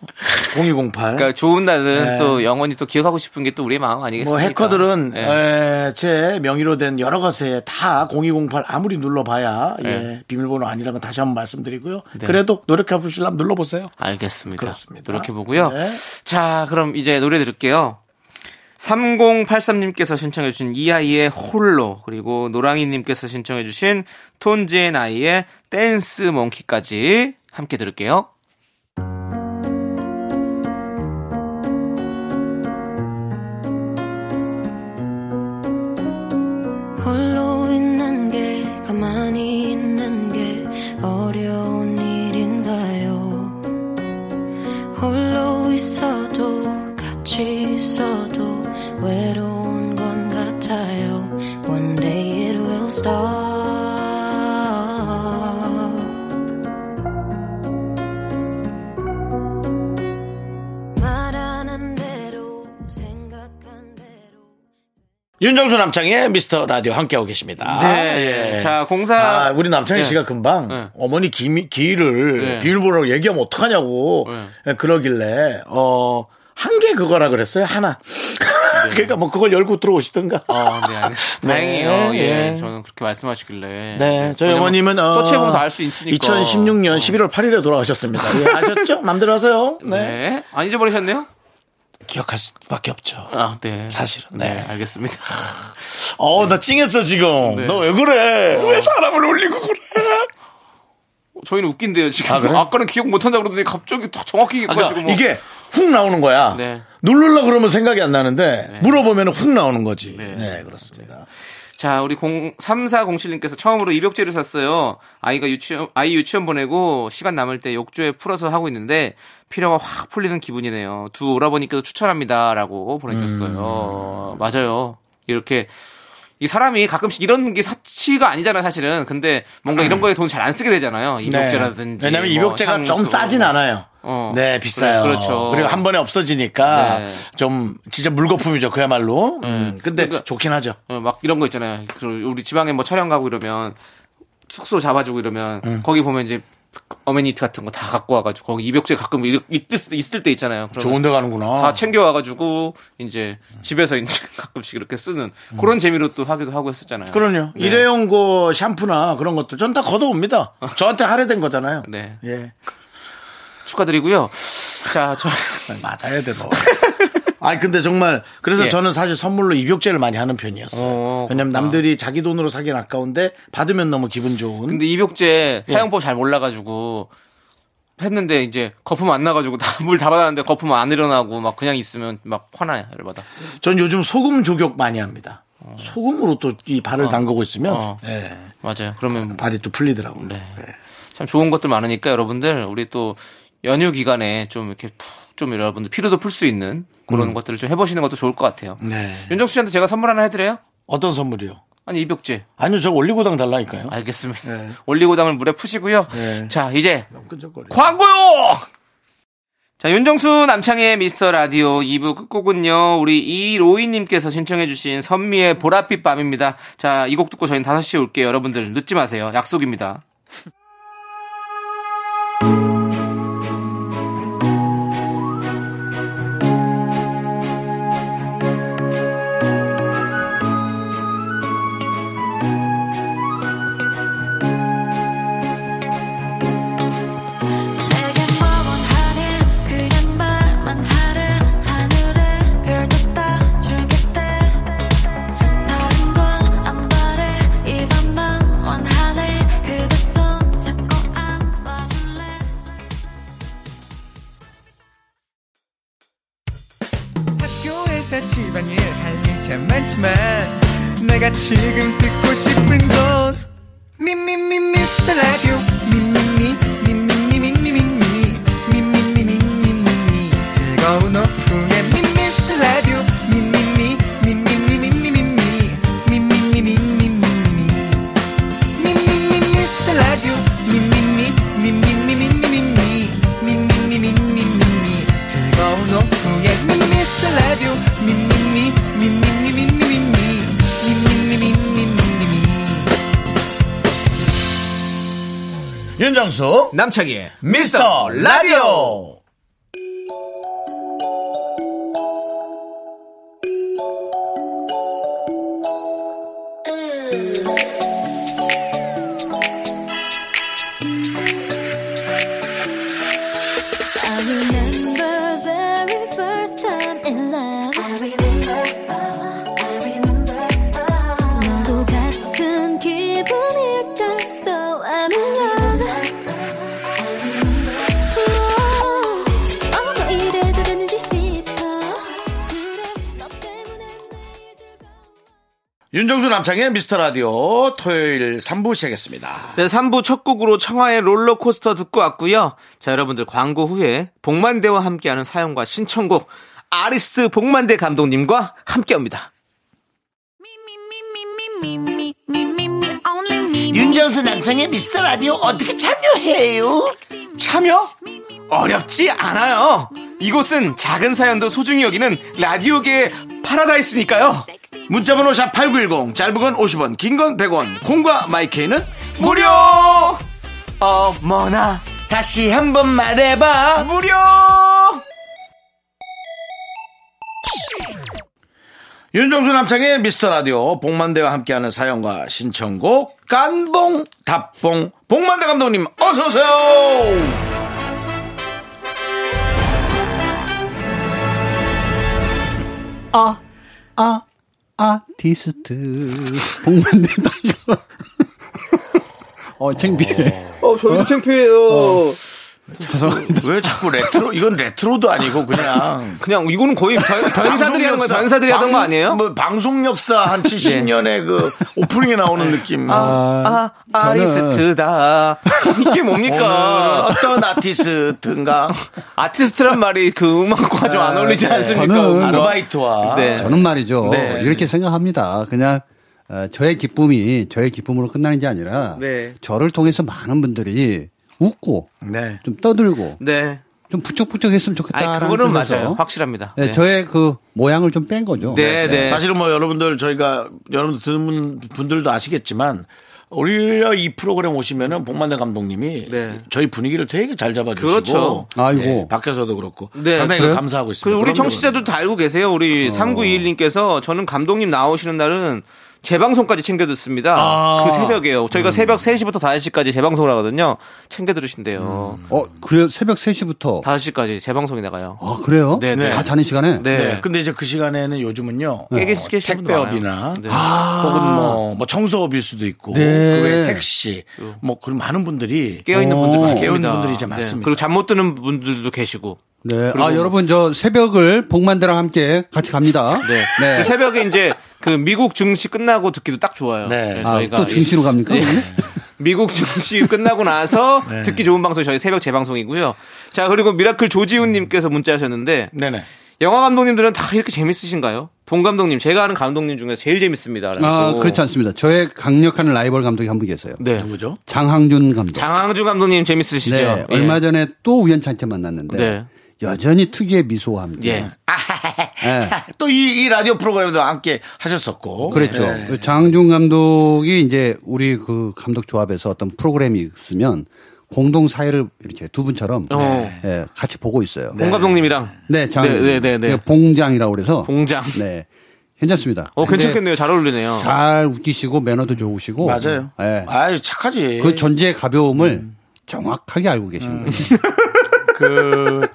Speaker 1: 0208.
Speaker 2: 그러니까 좋은 날은
Speaker 1: 네.
Speaker 2: 또 영원히 또 기억하고 싶은 게 또 우리의 마음
Speaker 1: 뭐
Speaker 2: 아니겠습니까?
Speaker 1: 해커들은 네.
Speaker 2: 예.
Speaker 1: 에, 제 명의로 된 여러 것에 다 0208 아무리 눌러봐야 예, 비밀번호 아니라는 건 다시 한번 말씀드리고요.
Speaker 2: 네.
Speaker 1: 그래도 노력해 보시려면 눌러보세요.
Speaker 2: 알겠습니다.
Speaker 1: 그렇습니다.
Speaker 2: 렇게 보고요.
Speaker 1: 네.
Speaker 2: 자, 그럼 이제 노래 들을게요. 3083님께서 신청해주신 이아이의 홀로 그리고 노랑이님께서 신청해주신 톤지앤아이의 댄스 몽키까지 함께 들을게요.
Speaker 4: 홀로 있는 게 가만히 있는 게 어려운 일인가요 홀로 있어도 같이 있어도 외로운 건 같아요 One day it will stop 말하는 대로 생각한 대로
Speaker 1: 윤정수 남창의 미스터 라디오 함께하고 계십니다.
Speaker 2: 네.
Speaker 1: 예.
Speaker 2: 자, 공사.
Speaker 1: 아, 우리 남창희
Speaker 2: 예.
Speaker 1: 씨가 금방
Speaker 2: 예.
Speaker 1: 어머니 기, 기를
Speaker 2: 예.
Speaker 1: 비밀번호로 얘기하면 어떡하냐고
Speaker 2: 예.
Speaker 1: 예, 그러길래 어, 한 개 그거라 그랬어요. 하나. 그러니까 뭐 그걸 열고 들어오시던가.
Speaker 2: 어, 네, 알겠습니다.
Speaker 1: 네,
Speaker 2: 다행이에요. 예.
Speaker 1: 예.
Speaker 2: 저는 그렇게 말씀하시길래.
Speaker 1: 네, 저희
Speaker 2: 왜냐면
Speaker 1: 어머님은 어,
Speaker 2: 서치해보면 다 알 수 있으니까. 어.
Speaker 1: 2016년 11월 8일에 돌아가셨습니다. 예, 아셨죠? 맘대로 하세요.
Speaker 2: 네.
Speaker 1: 네.
Speaker 2: 안 잊어버리셨네요?
Speaker 1: 기억할 수밖에 없죠.
Speaker 2: 아, 네.
Speaker 1: 사실은, 네.
Speaker 2: 알겠습니다.
Speaker 1: 어, 나 찡했어 지금.
Speaker 2: 네.
Speaker 1: 너 왜 그래? 왜 사람을 울리고 그래?
Speaker 2: 저희는 웃긴데요, 지금.
Speaker 1: 아, 그래요?
Speaker 2: 까는 기억 못한다 그러더니 갑자기 딱 정확히
Speaker 1: 아,
Speaker 2: 얘기해가지고.
Speaker 1: 그러니까
Speaker 2: 뭐.
Speaker 1: 이게 훅 나오는 거야.
Speaker 2: 네.
Speaker 1: 누르려 그러면 생각이 안 나는데 물어보면 훅 나오는 거지. 네, 그렇습니다.
Speaker 2: 자, 우리 03407님께서 처음으로 입욕제를 샀어요. 아이가 유치원, 아이 유치원 보내고 시간 남을 때 욕조에 풀어서 하고 있는데 피로가 확 풀리는 기분이네요. 두 오라버니께서 추천합니다. 라고
Speaker 1: 음.
Speaker 2: 보내주셨어요. 맞아요. 이렇게. 이 사람이 가끔씩 이런 게 사치가 아니잖아요, 사실은. 근데 뭔가 이런 거에 돈 잘 안 쓰게 되잖아요.
Speaker 1: 음. 네.
Speaker 2: 입욕제라든지.
Speaker 1: 왜냐면
Speaker 2: 뭐
Speaker 1: 입욕제가 좀
Speaker 2: 향수.
Speaker 1: 싸진 않아요.
Speaker 2: 어.
Speaker 1: 네, 비싸요.
Speaker 2: 그래, 그렇죠.
Speaker 1: 리고한 번에 없어지니까
Speaker 2: 네.
Speaker 1: 좀 진짜 물거품이죠, 그야말로. 음, 근데
Speaker 2: 그러니까-
Speaker 1: 좋긴 하죠.
Speaker 2: 어, 막 이런 거 있잖아요. 그리고 우리 지방에 뭐 촬영 가고 이러면 숙소 잡아주고 이러면 거기 보면 이제 어메니티 같은 거 다 갖고 와가지고 거기 입욕제 가끔 이- 있을, 때- 있을 때 있잖아요. 그러면
Speaker 1: 좋은 데 가는구나.
Speaker 2: 다 챙겨 와가지고 이제 집에서 이제 가끔씩 이렇게 쓰는 그런 재미로 또 하기도 하고 했었잖아요.
Speaker 1: 음. 그럼요.
Speaker 2: 네.
Speaker 1: 일회용 거 샴푸나 그런 것도 전 다 걷어옵니다. 저한테 할애된 거잖아요.
Speaker 2: 네.
Speaker 1: 예.
Speaker 2: 축하드리고요. 자, 저
Speaker 1: 맞아야 돼, 너. 아니, 근데 정말, 그래서
Speaker 2: 예.
Speaker 1: 저는 사실 선물로 입욕제를 많이 하는 편이었어요.
Speaker 2: 어,
Speaker 1: 왜냐면
Speaker 2: 그렇구나.
Speaker 1: 남들이 자기 돈으로 사긴 아까운데 받으면 너무 기분 좋은.
Speaker 2: 근데 입욕제
Speaker 1: 예.
Speaker 2: 사용법 잘 몰라가지고 했는데 이제 거품 안 나가지고 다 물 다 받았는데 거품 안 일어나고 막 그냥 있으면 막 화나요. 열받아.
Speaker 1: 전 요즘 소금 조격 많이 합니다. 소금으로 또 이 발을 담그고 있으면
Speaker 2: 어.
Speaker 1: 예,
Speaker 2: 맞아요. 그러면
Speaker 1: 발이 또 풀리더라고요.
Speaker 2: 네. 참 좋은 것들 많으니까 여러분들 우리 또 연휴 기간에 좀 이렇게 푹 좀 여러분들 피로도 풀 수 있는 그런 것들을 좀 해보시는 것도 좋을 것 같아요.
Speaker 1: 음. 네.
Speaker 2: 윤정수 씨한테 제가 선물 하나 해드려요?
Speaker 1: 어떤 선물이요?
Speaker 2: 아니 입욕제.
Speaker 1: 아니요, 저 올리고당 달라니까요.
Speaker 2: 알겠습니다. 올리고당을 물에 푸시고요.
Speaker 1: 네.
Speaker 2: 자 이제
Speaker 1: 끈적거려.
Speaker 2: 광고요. 자 윤정수 남창의 미스터 라디오 2부 끝곡은요 우리 이로이님께서 신청해주신 선미의 보랏빛 밤입니다. 자 이 곡 듣고 저희는 5시에 올게요. 여러분들 늦지 마세요. 약속입니다.
Speaker 4: 내게 머문 하늘 그냥 말만 하래 하늘에 별도 따줄겠대 다른 건 안 바래 이 밤만 원하네 그대 손 잡고 안아줄래
Speaker 7: 학교에서 집안일 할 일 참 많지만 내가 지금 듣고 싶은 건 미미미 미스터 라디오 미미미 미미미 미미미 미미미 미미미 미미미 즐거운 오후에 미미스터 라디오 미미미 미미미 미미미 미미미 미미미 미미미
Speaker 1: 윤정수
Speaker 8: 남창희의
Speaker 1: 미스터 라디오
Speaker 4: I remember very first time in love. I remember, I remember. 너도 같은 기분일까? So I'm in love. Oh, 어머 이래 되는지 싶어. 그래, 너 때문에 매일 즐거워.
Speaker 1: 윤정수 남창의 미스터 라디오 토요일 3부 시작했습니다
Speaker 2: 네, 3부 첫 곡으로 청하의 롤러코스터 듣고 왔고요. 자, 여러분들 광고 후에 복만대와 함께하는 사연과 신청곡 아리스트 복만대 감독님과 함께합니다.
Speaker 8: 윤정수 남창의 미스터 라디오 어떻게 참여해요?
Speaker 2: 참여? 어렵지 않아요. 이곳은 작은 사연도 소중히 여기는 라디오계의 파라다이스니까요.
Speaker 1: 문자번호 샵8910 짧은 건 50원 긴 건 100원 콩과 마이케이는
Speaker 2: 무료! 어머나,
Speaker 8: 다시 한번 말해봐.
Speaker 2: 무료!
Speaker 1: 윤정수 남창의 미스터 라디오 복만대와 함께하는 사연과 신청곡 깐봉 답봉 복만대 감독님 어서 오세요.
Speaker 9: 아티스트 복만대 달려. 어 창피해.
Speaker 2: 어, 저희도 창피해요.
Speaker 9: 죄송합니다.
Speaker 1: 왜 자꾸 레트로 이건 레트로도 아니고 그냥
Speaker 2: 그냥 이거는 거의 변, 변사들이 하는
Speaker 1: 방송
Speaker 2: 거,
Speaker 1: 역사,
Speaker 2: 변사들이 하던 거
Speaker 1: 방-
Speaker 2: 아니에요? 네.
Speaker 1: 뭐 방송 역사 한 70년의 그 오프닝에 나오는 느낌.
Speaker 2: 아,
Speaker 9: 저는-
Speaker 2: 아리스트다. 이게
Speaker 1: 오늘은
Speaker 2: 뭡니까?
Speaker 1: 어떤 아티스트인가
Speaker 2: 아티스트란 말이 그 음악과 좀 안
Speaker 1: 아, 네.
Speaker 2: 어울리지 않습니까?
Speaker 9: 저는
Speaker 1: 뭐 아르바이트와
Speaker 2: 네.
Speaker 9: 저는 말이죠.
Speaker 2: 네.
Speaker 9: 이렇게 생각합니다. 그냥 어, 저의 기쁨이 저의 기쁨으로 끝나는 게 아니라
Speaker 2: 네.
Speaker 9: 저를 통해서 많은 분들이 웃고
Speaker 1: 네.
Speaker 9: 좀 떠들고
Speaker 2: 네.
Speaker 9: 좀 북적북적했으면 좋겠다.
Speaker 2: 아니, 그거는 맞아요. 확실합니다. 네.
Speaker 9: 저의 그 모양을 좀 뺀 거죠.
Speaker 2: 네, 네.
Speaker 1: 사실은 뭐 여러분들 저희가 여러분들 듣는 분들도 아시겠지만 오히려 이 프로그램 오시면은 복만대 감독님이
Speaker 2: 네.
Speaker 1: 저희 분위기를 되게 잘 잡아주시고
Speaker 2: 그렇죠.
Speaker 9: 아이고.
Speaker 1: 예, 밖에서도 그렇고
Speaker 2: 네,
Speaker 1: 상당히
Speaker 9: 그래요?
Speaker 1: 감사하고 있습니다. 어.
Speaker 2: 그리고 우리
Speaker 1: 그럼요.
Speaker 2: 청취자들도 다 알고 계세요. 우리 3921님께서 저는 감독님 나오시는 날은 재방송까지 챙겨 듣습니다.
Speaker 1: 아.
Speaker 2: 그 새벽에요.
Speaker 1: 음.
Speaker 2: 저희가 새벽 3시부터 5시까지 재방송을 하거든요. 챙겨 들으신대요.
Speaker 1: 음.
Speaker 9: 어, 그래요? 새벽 3시부터.
Speaker 2: 5시까지 재방송이 나가요.
Speaker 9: 아, 그래요?
Speaker 2: 네, 네.
Speaker 9: 아, 자는 시간에?
Speaker 2: 네.
Speaker 1: 네. 근데 이제 그 시간에는 요즘은요.
Speaker 2: 깨기
Speaker 1: 어,
Speaker 2: 시키신 분도
Speaker 1: 택배업이나
Speaker 2: 많아요. 네.
Speaker 1: 혹은 뭐, 뭐 청소업일 수도 있고
Speaker 9: 네.
Speaker 1: 그 외에 택시 뭐 그런 많은 분들이
Speaker 2: 깨어 있는 분들
Speaker 9: 어.
Speaker 2: 많습니다.
Speaker 1: 깨어 있는 분들이 이제
Speaker 2: 네.
Speaker 1: 많습니다.
Speaker 2: 그리고 잠 못 드는 분들도 계시고.
Speaker 9: 네.
Speaker 2: 그리고-
Speaker 9: 아, 여러분, 저 새벽을 복만대랑 함께 같이 갑니다.
Speaker 2: 네. 그 새벽에 이제 그 미국 증시 끝나고 듣기도 딱 좋아요.
Speaker 1: 네.
Speaker 2: 네,
Speaker 9: 아,
Speaker 2: 저희가
Speaker 9: 또 중시로 갑니까?
Speaker 2: 예.
Speaker 9: 오늘?
Speaker 2: 미국 증시 끝나고 나서
Speaker 9: 네.
Speaker 2: 듣기 좋은 방송 이 저희 새벽 재방송이고요. 자 그리고 미라클 조지훈님께서 문자하셨는데
Speaker 1: 네네.
Speaker 2: 영화 감독님들은 다 이렇게 재밌으신가요? 본 감독님 제가 아는 감독님 중에 제일 재밌습니다. 라고.
Speaker 9: 아, 그렇지 않습니다. 저의 강력한 라이벌 감독이 한 분 계세요.
Speaker 2: 네.
Speaker 1: 누구죠?
Speaker 9: 장항준 감독.
Speaker 2: 장항주 감독님 재밌으시죠?
Speaker 9: 네.
Speaker 2: 예.
Speaker 9: 얼마 전에 또 우연찮게 만났는데
Speaker 2: 네.
Speaker 9: 여전히 특유의 미소와 함께.
Speaker 2: 예.
Speaker 9: 예.
Speaker 1: 또 이 이 라디오 프로그램도 함께 하셨었고.
Speaker 9: 그랬죠.
Speaker 1: 네.
Speaker 9: 그 장항준 감독이 이제 우리 그 감독 조합에서 어떤 프로그램이 있으면 공동 사회를 이렇게 두 분처럼
Speaker 2: 어.
Speaker 9: 예, 같이 보고 있어요.
Speaker 2: 봉 감독님이랑
Speaker 9: 네, 장.
Speaker 2: 네, 네, 네, 네.
Speaker 9: 네, 봉장이라고 그래서.
Speaker 2: 봉장.
Speaker 9: 네. 괜찮습니다.
Speaker 2: 어
Speaker 9: 근데
Speaker 2: 괜찮겠네요. 잘 어울리네요.
Speaker 9: 잘 웃기시고 매너도 좋으시고.
Speaker 1: 맞아요.
Speaker 9: 예.
Speaker 1: 아유 착하지.
Speaker 9: 그 존재의 가벼움을
Speaker 2: 음.
Speaker 9: 정확하게 알고 계신 거예요.
Speaker 1: 그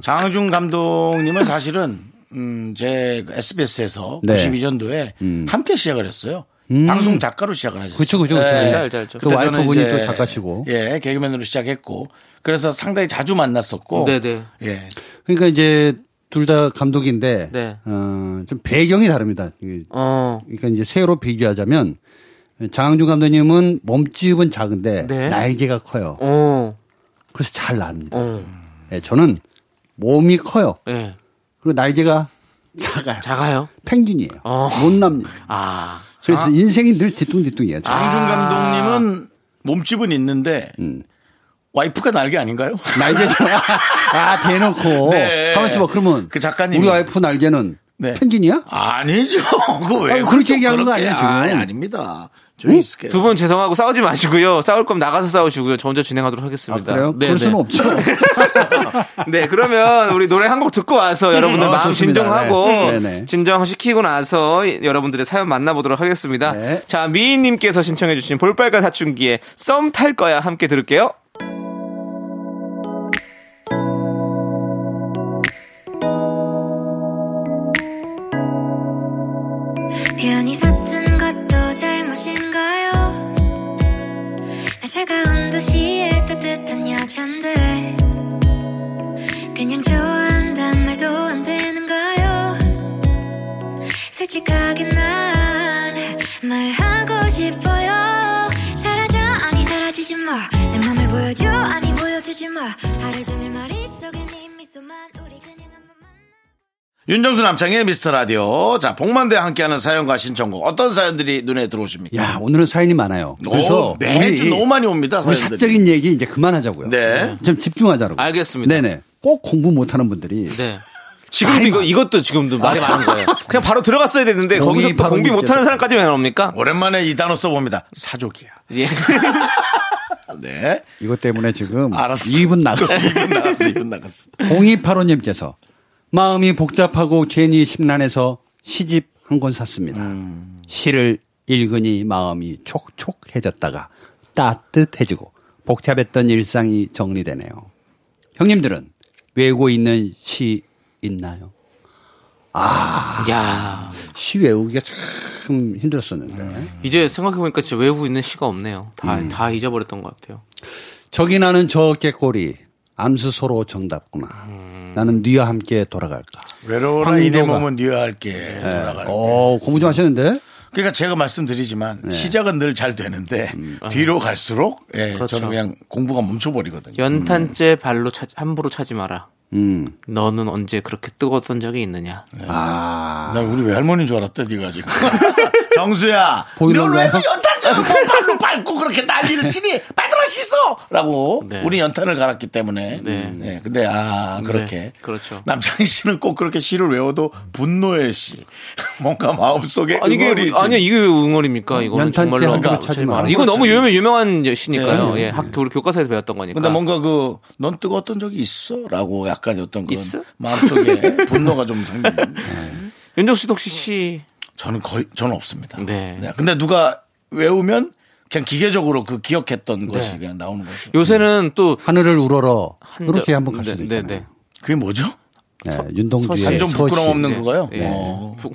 Speaker 1: 장항준 감독님은 사실은 음, 제 SBS에서
Speaker 9: 네. 음.
Speaker 1: 92년도에 함께 시작을 했어요. 방송 작가로 시작을 하셨어요.
Speaker 9: 그쵸, 그쵸, 그쵸.
Speaker 1: 예.
Speaker 2: 알죠, 알죠, 알죠.
Speaker 9: 그
Speaker 1: 그때 저는
Speaker 9: 와이프분이
Speaker 1: 이제,
Speaker 9: 또 작가시고.
Speaker 1: 예, 개그맨으로 시작했고. 그래서 상당히 자주 만났었고.
Speaker 9: 어.
Speaker 2: 네네.
Speaker 1: 예.
Speaker 9: 그러니까 이제 둘 다 감독인데
Speaker 2: 네.
Speaker 9: 어, 좀 배경이 다릅니다. 이게
Speaker 2: 어.
Speaker 9: 그러니까 이제 새로 비교하자면 장항준 감독님은 몸집은 작은데
Speaker 2: 네.
Speaker 9: 날개가 커요.
Speaker 2: 어.
Speaker 9: 그래서 잘 납니다.
Speaker 2: 어.
Speaker 9: 예, 저는 몸이 커요.
Speaker 2: 예.
Speaker 9: 그리고 날개가 작아요.
Speaker 2: 작아요.
Speaker 9: 펭귄이에요.
Speaker 2: 어.
Speaker 9: 못 납니다.
Speaker 2: 아.
Speaker 9: 그래서 인생이 늘 뒤뚱뒤뚱이에요. 저는.
Speaker 1: 장항준 감독님은 몸집은 있는데
Speaker 9: 음.
Speaker 1: 와이프가 날개 아닌가요?
Speaker 9: 날개 좀, 아, 대놓고.
Speaker 1: 네.
Speaker 9: 가만있어 봐. 그러면.
Speaker 1: 그 작가님이.
Speaker 9: 우리 와이프 날개는
Speaker 1: 네.
Speaker 9: 펭귄이야?
Speaker 1: 아니죠. 그거 왜
Speaker 9: 아니, 그렇게 얘기하는 거
Speaker 1: 그렇게-
Speaker 9: 아니야, 지금. 음?
Speaker 1: 아니, 아닙니다. 좀 있을게요.
Speaker 2: 두 분 죄송하고 싸우지 마시고요. 싸울 거면 나가서 싸우시고요. 저 혼자 진행하도록 하겠습니다.
Speaker 9: 아, 그래요?
Speaker 2: 네,
Speaker 9: 그럴 수는
Speaker 2: 네.
Speaker 9: 없죠.
Speaker 2: 네, 그러면 우리 노래 한 곡 듣고 와서 여러분들
Speaker 9: 어,
Speaker 2: 마음
Speaker 9: 좋습니다.
Speaker 2: 진정하고
Speaker 9: 네. 네, 네.
Speaker 2: 진정시키고 나서 여러분들의 사연 만나보도록 하겠습니다.
Speaker 9: 네.
Speaker 2: 자, 미인님께서 신청해주신 볼빨간 사춘기의 썸 탈 거야 함께 들을게요.
Speaker 4: 표현이 옅은 것도 잘못인가요? 나 차가운 도시의 따뜻한 여잔데 그냥 좋아한단 말도 안 되는가요? 솔직하게 난 말하고 싶어요 사라져 아니 사라지지 마내 맘을 보여줘 아니 보여주지 마 하루 종일 머릿속에 네 미소만 우리 그냥 한 번만
Speaker 1: 윤정수 남창의 미스터 라디오. 자, 복만대 함께하는 사연과 신청곡. 어떤 사연들이 눈에 들어오십니까?
Speaker 9: 야, 오늘은 사연이 많아요. 그래서
Speaker 1: 오, 매주
Speaker 9: 우리-
Speaker 1: 너무 많이 옵니다.
Speaker 9: 우리
Speaker 1: 사연들이.
Speaker 9: 사적인 얘기 이제 그만하자고요.
Speaker 1: 네.
Speaker 9: 좀 집중하자고.
Speaker 2: 알겠습니다.
Speaker 9: 네네. 꼭 공부 못하는 분들이
Speaker 2: 네. 아, 지금도 이거, 이것도 지금도 말이 많은 거예요. 그냥 바로 들어갔어야 됐는데
Speaker 9: 거기
Speaker 2: 거기서 또
Speaker 9: 바로
Speaker 2: 공비 못하는
Speaker 9: 느껴서.
Speaker 2: 사람까지 왜 나옵니까?
Speaker 1: 오랜만에 이 단어 써봅니다. 사족이야.
Speaker 2: 예.
Speaker 1: 네.
Speaker 9: 이것 때문에 지금
Speaker 1: 알았어. 네.
Speaker 9: 2분 나가.
Speaker 1: 2분 나갔어, 2분 나갔어.
Speaker 9: 0285님께서 마음이 복잡하고 괜히 심란해서 시집 한 권 샀습니다.
Speaker 1: 음.
Speaker 9: 시를 읽으니 마음이 촉촉해졌다가 따뜻해지고 복잡했던 일상이 정리되네요. 형님들은 외우고 있는 시 있나요?
Speaker 2: 야
Speaker 9: 시 외우기가 참 힘들었었는데.
Speaker 2: 이제 생각해보니까 진짜 외우고 있는 시가 없네요. 다,
Speaker 9: 음.
Speaker 2: 다 잊어버렸던 것 같아요.
Speaker 9: 저기 나는 저 깨꼬리 암수 서로 정답구나. 나는 니와 함께 돌아갈까. 네.
Speaker 1: 외로워라 이내 몸은 뉘어할게 돌아갈.
Speaker 9: 어 네. 공부 좀 하셨는데.
Speaker 1: 그러니까 제가 말씀드리지만 시작은 늘 잘 되는데
Speaker 9: 음.
Speaker 1: 뒤로 갈수록 예,
Speaker 9: 그렇죠.
Speaker 1: 저는 그냥 공부가 멈춰버리거든요.
Speaker 2: 연탄재 발로 차, 함부로 차지 마라.
Speaker 9: 음.
Speaker 2: 너는 언제 그렇게 뜨거웠던 적이 있느냐?
Speaker 1: 아. 나 우리 외할머니인 줄 알았다 네가 지금. 정수야,
Speaker 9: 보이는
Speaker 1: 너왜
Speaker 9: 거야?
Speaker 1: 연탄처럼 뭐 발로 밟고 그렇게 난리를 치니? 빨들어 씻어!라고
Speaker 2: 네.
Speaker 1: 우리 연탄을 갈았기 때문에.
Speaker 2: 네.
Speaker 1: 네, 근데 아 그렇게.
Speaker 2: 네, 그렇죠.
Speaker 1: 남창희 씨는 꼭 그렇게 시를 외워도 분노의 시. 뭔가 마음 속에
Speaker 2: 아니 이게
Speaker 1: 응어리지.
Speaker 2: 아니 이게 왜 응어입니까? 이거는
Speaker 9: 연탄재
Speaker 2: 정말로
Speaker 9: 한 그릇
Speaker 2: 제
Speaker 9: 차지
Speaker 2: 말.
Speaker 9: 마라.
Speaker 2: 이거 너무 유명 유명한 시니까요.
Speaker 1: 네.
Speaker 2: 예, 학교 우리 교과서에서 배웠던 거니까.
Speaker 1: 근데
Speaker 9: 뭐-
Speaker 1: 뭔가 그 넌 뜨거웠던 적이 있어라고 약간 어떤 그런
Speaker 2: 있어?
Speaker 1: 마음속에 분노가 좀 생기는.
Speaker 2: 윤정 씨도 혹시 시?
Speaker 9: 음.
Speaker 1: 저는 거의 저는 없습니다.
Speaker 2: 네.
Speaker 1: 근데 누가 외우면 그냥 기계적으로 그 기억했던
Speaker 9: 네.
Speaker 1: 것이 그냥 나오는 거죠.
Speaker 2: 요새는 또
Speaker 9: 하늘을 우러러
Speaker 2: 한-
Speaker 9: 이렇게 음. 한번 갈
Speaker 2: 네,
Speaker 9: 수도
Speaker 2: 네,
Speaker 9: 있잖아요.
Speaker 2: 네.
Speaker 1: 그게 뭐죠?
Speaker 9: 네, 윤동주의
Speaker 2: 서시.
Speaker 1: 좀
Speaker 9: 서시.
Speaker 1: 부끄럼 없는
Speaker 2: 네.
Speaker 1: 그거요.
Speaker 2: 예.
Speaker 1: 어.
Speaker 2: 부-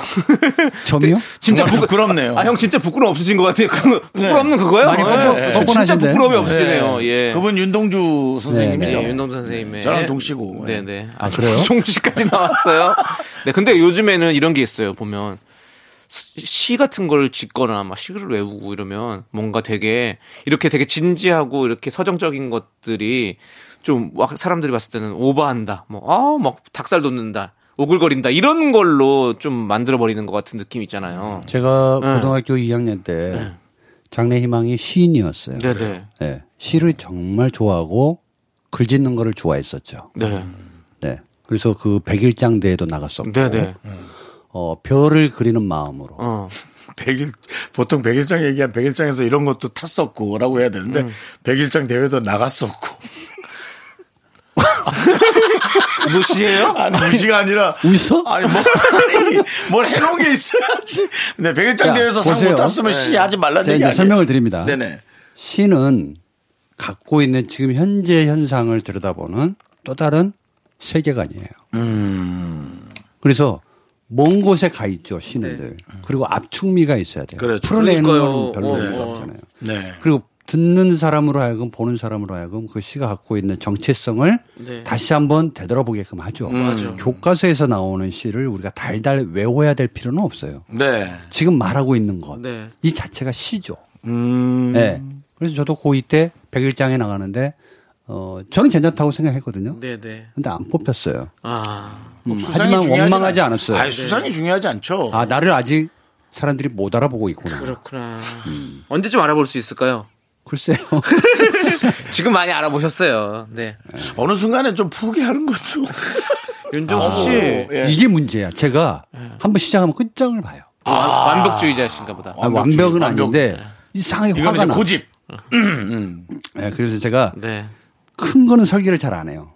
Speaker 9: 점이요?
Speaker 2: 네.
Speaker 9: 네.
Speaker 2: 진짜
Speaker 1: 정말
Speaker 2: 부끄-
Speaker 1: 부끄럽네요.
Speaker 2: 아 형 진짜 부끄럼 없으신 것 같아요. 그 부끄럽는 그거요?
Speaker 9: 많이
Speaker 2: 네.
Speaker 9: 뻔뻔-
Speaker 2: 진짜
Speaker 9: 뻔뻔하신데?
Speaker 2: 부끄러움이
Speaker 9: 네.
Speaker 2: 없으시네요. 예.
Speaker 1: 그분 윤동주 선생님이죠. 네.
Speaker 2: 예, 윤동주 선생님의
Speaker 1: 저랑 종씨고. 예.
Speaker 2: 네네. 아
Speaker 9: 그래요?
Speaker 2: 종씨까지 나왔어요. 네, 근데 요즘에는 이런 게 있어요. 보면 시- 시 같은 걸 짓거나 막 시를 외우고 이러면 뭔가 되게 이렇게 되게 진지하고 이렇게 서정적인 것들이 좀막 사람들이 봤을 때는 오버한다. 뭐아막 닭살 돋는다. 오글거린다 이런 걸로 좀 만들어 버리는 것 같은 느낌 있잖아요.
Speaker 9: 제가 고등학교 2학년 때 장래희망이 시인이었어요.
Speaker 2: 네네.
Speaker 9: 네, 시를 정말 좋아하고 글 짓는 거를 좋아했었죠.
Speaker 2: 네.
Speaker 9: 네. 그래서 그 백일장 대회도 나갔었고
Speaker 2: 네네.
Speaker 9: 어, 별을 그리는 마음으로
Speaker 2: 어.
Speaker 1: 백일 보통 백일장 얘기한 백일장에서 이런 것도 탔었고라고 해야 되는데
Speaker 9: 음.
Speaker 1: 백일장 대회도 나갔었고
Speaker 2: 그
Speaker 9: 어?
Speaker 2: 무시해요?
Speaker 1: 아니 무시가 아니라
Speaker 9: 웃어?
Speaker 1: 아니 뭘, 아니, 뭘 해놓은 게 있어야지. 네 백일장
Speaker 9: 자,
Speaker 1: 대회에서 상
Speaker 9: 보세요. 네.
Speaker 1: 못 탔으면 시 하지 말라는
Speaker 9: 제가
Speaker 1: 얘기
Speaker 9: 이제
Speaker 1: 아니에요.
Speaker 9: 설명을 드립니다.
Speaker 1: 네네.
Speaker 9: 시는 갖고 있는 지금 현재 현상을 들여다보는 또 다른 세계관이에요.
Speaker 2: 음.
Speaker 9: 그래서 먼 곳에 가 있죠 시는 들 그리고 압축미가 있어야 돼요.
Speaker 1: 그렇죠.
Speaker 9: 풀어내는
Speaker 2: 네.
Speaker 9: 건
Speaker 2: 음. 그러니까요.
Speaker 9: 별로
Speaker 2: 어, 어.
Speaker 9: 없잖아요.
Speaker 1: 네.
Speaker 9: 그리고 듣는 사람으로 하여금 보는 사람으로 하여금 그 시가 갖고 있는 정체성을
Speaker 2: 네. 음.
Speaker 9: 다시 한번 되돌아보게끔 하죠. 교과서에서 나오는 시를 우리가 달달 외워야 될 필요는 없어요.
Speaker 1: 네.
Speaker 9: 지금 말하고 있는 것.
Speaker 2: 네.
Speaker 9: 이 자체가 시죠.
Speaker 1: 음.
Speaker 9: 예. 그래서 저도 고2 때 백일장에 나가는데 어 저는 괜찮다고 생각했거든요.
Speaker 2: 네네.
Speaker 9: 근데 안 뽑혔어요.
Speaker 2: 아.
Speaker 9: 음,
Speaker 1: 수상이
Speaker 9: 하지만
Speaker 1: 중요하진
Speaker 9: 원망하지
Speaker 1: 않-
Speaker 9: 않았어요.
Speaker 1: 아니, 수상이 중요하지 않죠.
Speaker 9: 아 나를 아직 사람들이 못 알아보고 있구나. 음.
Speaker 2: 그렇구나. 언제쯤 알아볼 수 있을까요?
Speaker 9: 글쎄요.
Speaker 2: 지금 많이 알아보셨어요. 네.
Speaker 1: 어느 순간에 좀 포기하는 것도. 예.
Speaker 2: 윤종수 씨
Speaker 9: 아. 이게 문제야. 제가 한번 시작하면 끝장을 봐요.
Speaker 2: 아. 완- 완벽주의자신가 보다.
Speaker 9: 아, 완벽은 아닌데 이상하게
Speaker 1: 이거는
Speaker 9: 화가
Speaker 1: 이제
Speaker 9: 나.
Speaker 1: 고집.
Speaker 9: 예, 그래서 제가
Speaker 2: 네.
Speaker 9: 큰 거는 설계를 잘 안 해요.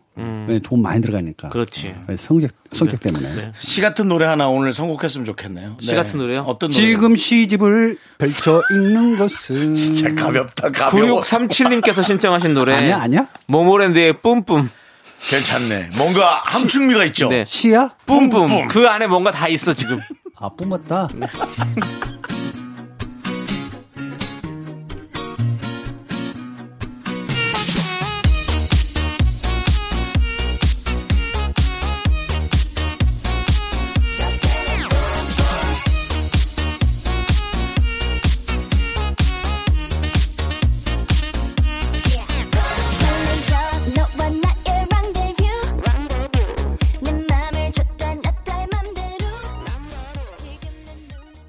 Speaker 9: 왜돈 많이 들어가니까.
Speaker 2: 그렇지.
Speaker 9: 예, 성격 성격 때문에.
Speaker 1: 시 같은 노래 하나 오늘 선곡했으면 좋겠네요.
Speaker 2: 시 같은 노래요?
Speaker 1: 어떤 노래?
Speaker 9: 지금 시집을 펼쳐 읽는 것은
Speaker 1: 진짜 가볍다, 가벼워.
Speaker 2: 9637님께서 신청하신 노래.
Speaker 9: 아, 아니야, 아니야?
Speaker 2: 모모랜드의 뿜뿜.
Speaker 1: 괜찮네. 뭔가 함축미가 있죠?
Speaker 9: 어,
Speaker 2: 네.
Speaker 9: 시야?
Speaker 2: 뿜뿜.
Speaker 1: 뿜뿜.
Speaker 2: 그 안에 뭔가 다 있어, 지금.
Speaker 9: 아 뿜었다.
Speaker 4: 너와 나의 랑데뷰 내 맘을 줬다 놨다의 맘대로 지금 내 눈에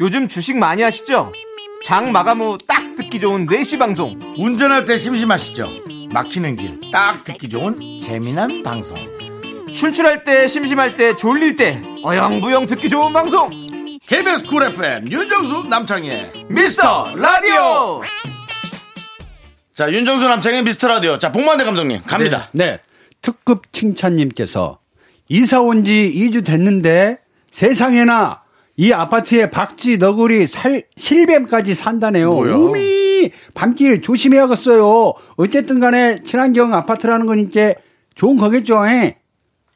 Speaker 2: 요즘 주식 많이 하시죠? 장 마감 후 딱 듣기 좋은 4시 방송.
Speaker 1: 운전할 때 심심하시죠? 막히는 길 딱 듣기 좋은 재미난 방송.
Speaker 2: 출출할 때, 심심할 때, 졸릴 때, 어영부영 듣기 좋은 방송.
Speaker 1: KBS 쿨 FM 윤정수 남창희의
Speaker 2: 미스터 라디오!
Speaker 1: 자 윤정수 남창희의 미스터 라디오 자 복만대 감독님 갑니다
Speaker 9: 네. 특급 칭찬님께서 이사 온 지 2주 됐는데 세상에나 이 아파트에 박쥐, 너구리, 살, 실뱀까지 산다네요. 우미! 밤길 조심해야겠어요. 어쨌든 간에 친환경 아파트라는 건 이제 좋은 거겠죠. 에?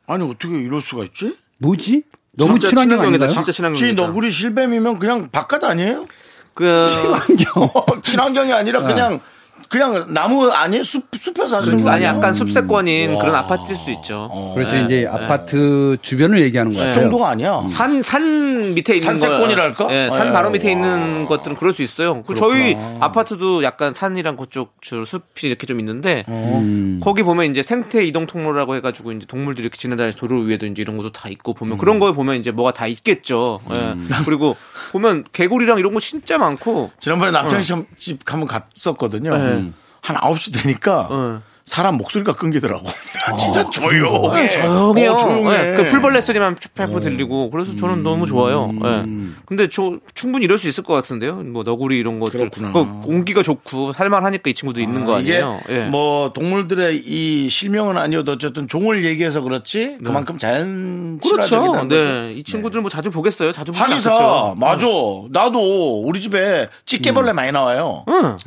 Speaker 1: 아니 어떻게 이럴 수가 있지?
Speaker 9: 뭐지? 너무
Speaker 2: 진짜
Speaker 9: 친환경 아닌가요?
Speaker 2: 진짜
Speaker 1: 지
Speaker 2: 친환경이다.
Speaker 1: 너구리 실뱀이면 그냥 바깥 아니에요? 어,
Speaker 2: 그
Speaker 9: 친환경.
Speaker 1: 친환경이 아니라 그냥 그냥 나무 아니에요? 숲, 숲에서 사시는 거
Speaker 2: 네. 아니
Speaker 1: 아니야?
Speaker 2: 약간 숲세권인 그런 아파트일 수 있죠. 네.
Speaker 9: 그렇죠. 이제 아파트 주변을 얘기하는 거예요.
Speaker 1: 그 정도가 아니야
Speaker 2: 산, 산 밑에 있는
Speaker 1: 산세권이랄까?
Speaker 2: 거. 예,
Speaker 1: 예,
Speaker 2: 산 바로 밑에
Speaker 1: 와.
Speaker 2: 있는 것들은 그럴 수 있어요. 그 저희 아파트도 약간 산이랑 그쪽 저 숲이 이렇게 좀 있는데
Speaker 1: 어.
Speaker 2: 거기 보면 이제 생태 이동 통로라고 해가지고 이제 동물들이 이렇게 지나다니는 도로 위에도 이제 이런 것도 다 있고
Speaker 1: 음.
Speaker 2: 보면 그런 거에 보면 이제 뭐가 다 있겠죠. 예. 그리고 보면 개구리랑 이런 거 진짜 많고
Speaker 1: 지난번에 남창희 씨집 한번 갔었거든요
Speaker 2: 어.
Speaker 1: 음.
Speaker 2: 네.
Speaker 1: 한 9시 되니까
Speaker 2: 네.
Speaker 1: 사람 목소리가 끊기더라고 진짜 조용해
Speaker 2: 어. 조용해요.
Speaker 1: 어, 조용해 어.
Speaker 2: 예, 그 풀벌레 소리만 팍팍 들리고 그래서 저는 너무 좋아요.
Speaker 1: 음.
Speaker 2: 예. 근데 저 충분히 이럴 수 있을 것 같은데요. 뭐 너구리 이런 것들
Speaker 1: 그렇구나.
Speaker 2: 그 공기가 좋고 살만하니까 이 친구도 있는 거
Speaker 1: 이게
Speaker 2: 아니에요. 예.
Speaker 1: 뭐 동물들의 이 실명은 아니어도 어쨌든 종을 얘기해서 그렇지 그만큼 자연
Speaker 2: 네. 그렇죠.
Speaker 1: 친화적이라는
Speaker 2: 네. 그렇죠.
Speaker 1: 거죠.
Speaker 2: 이 친구들 뭐 자주 보겠어요. 자주 보겠죠. 음.
Speaker 1: 하기사 맞아. 나도 우리 집에 찌개벌레 많이 나와요.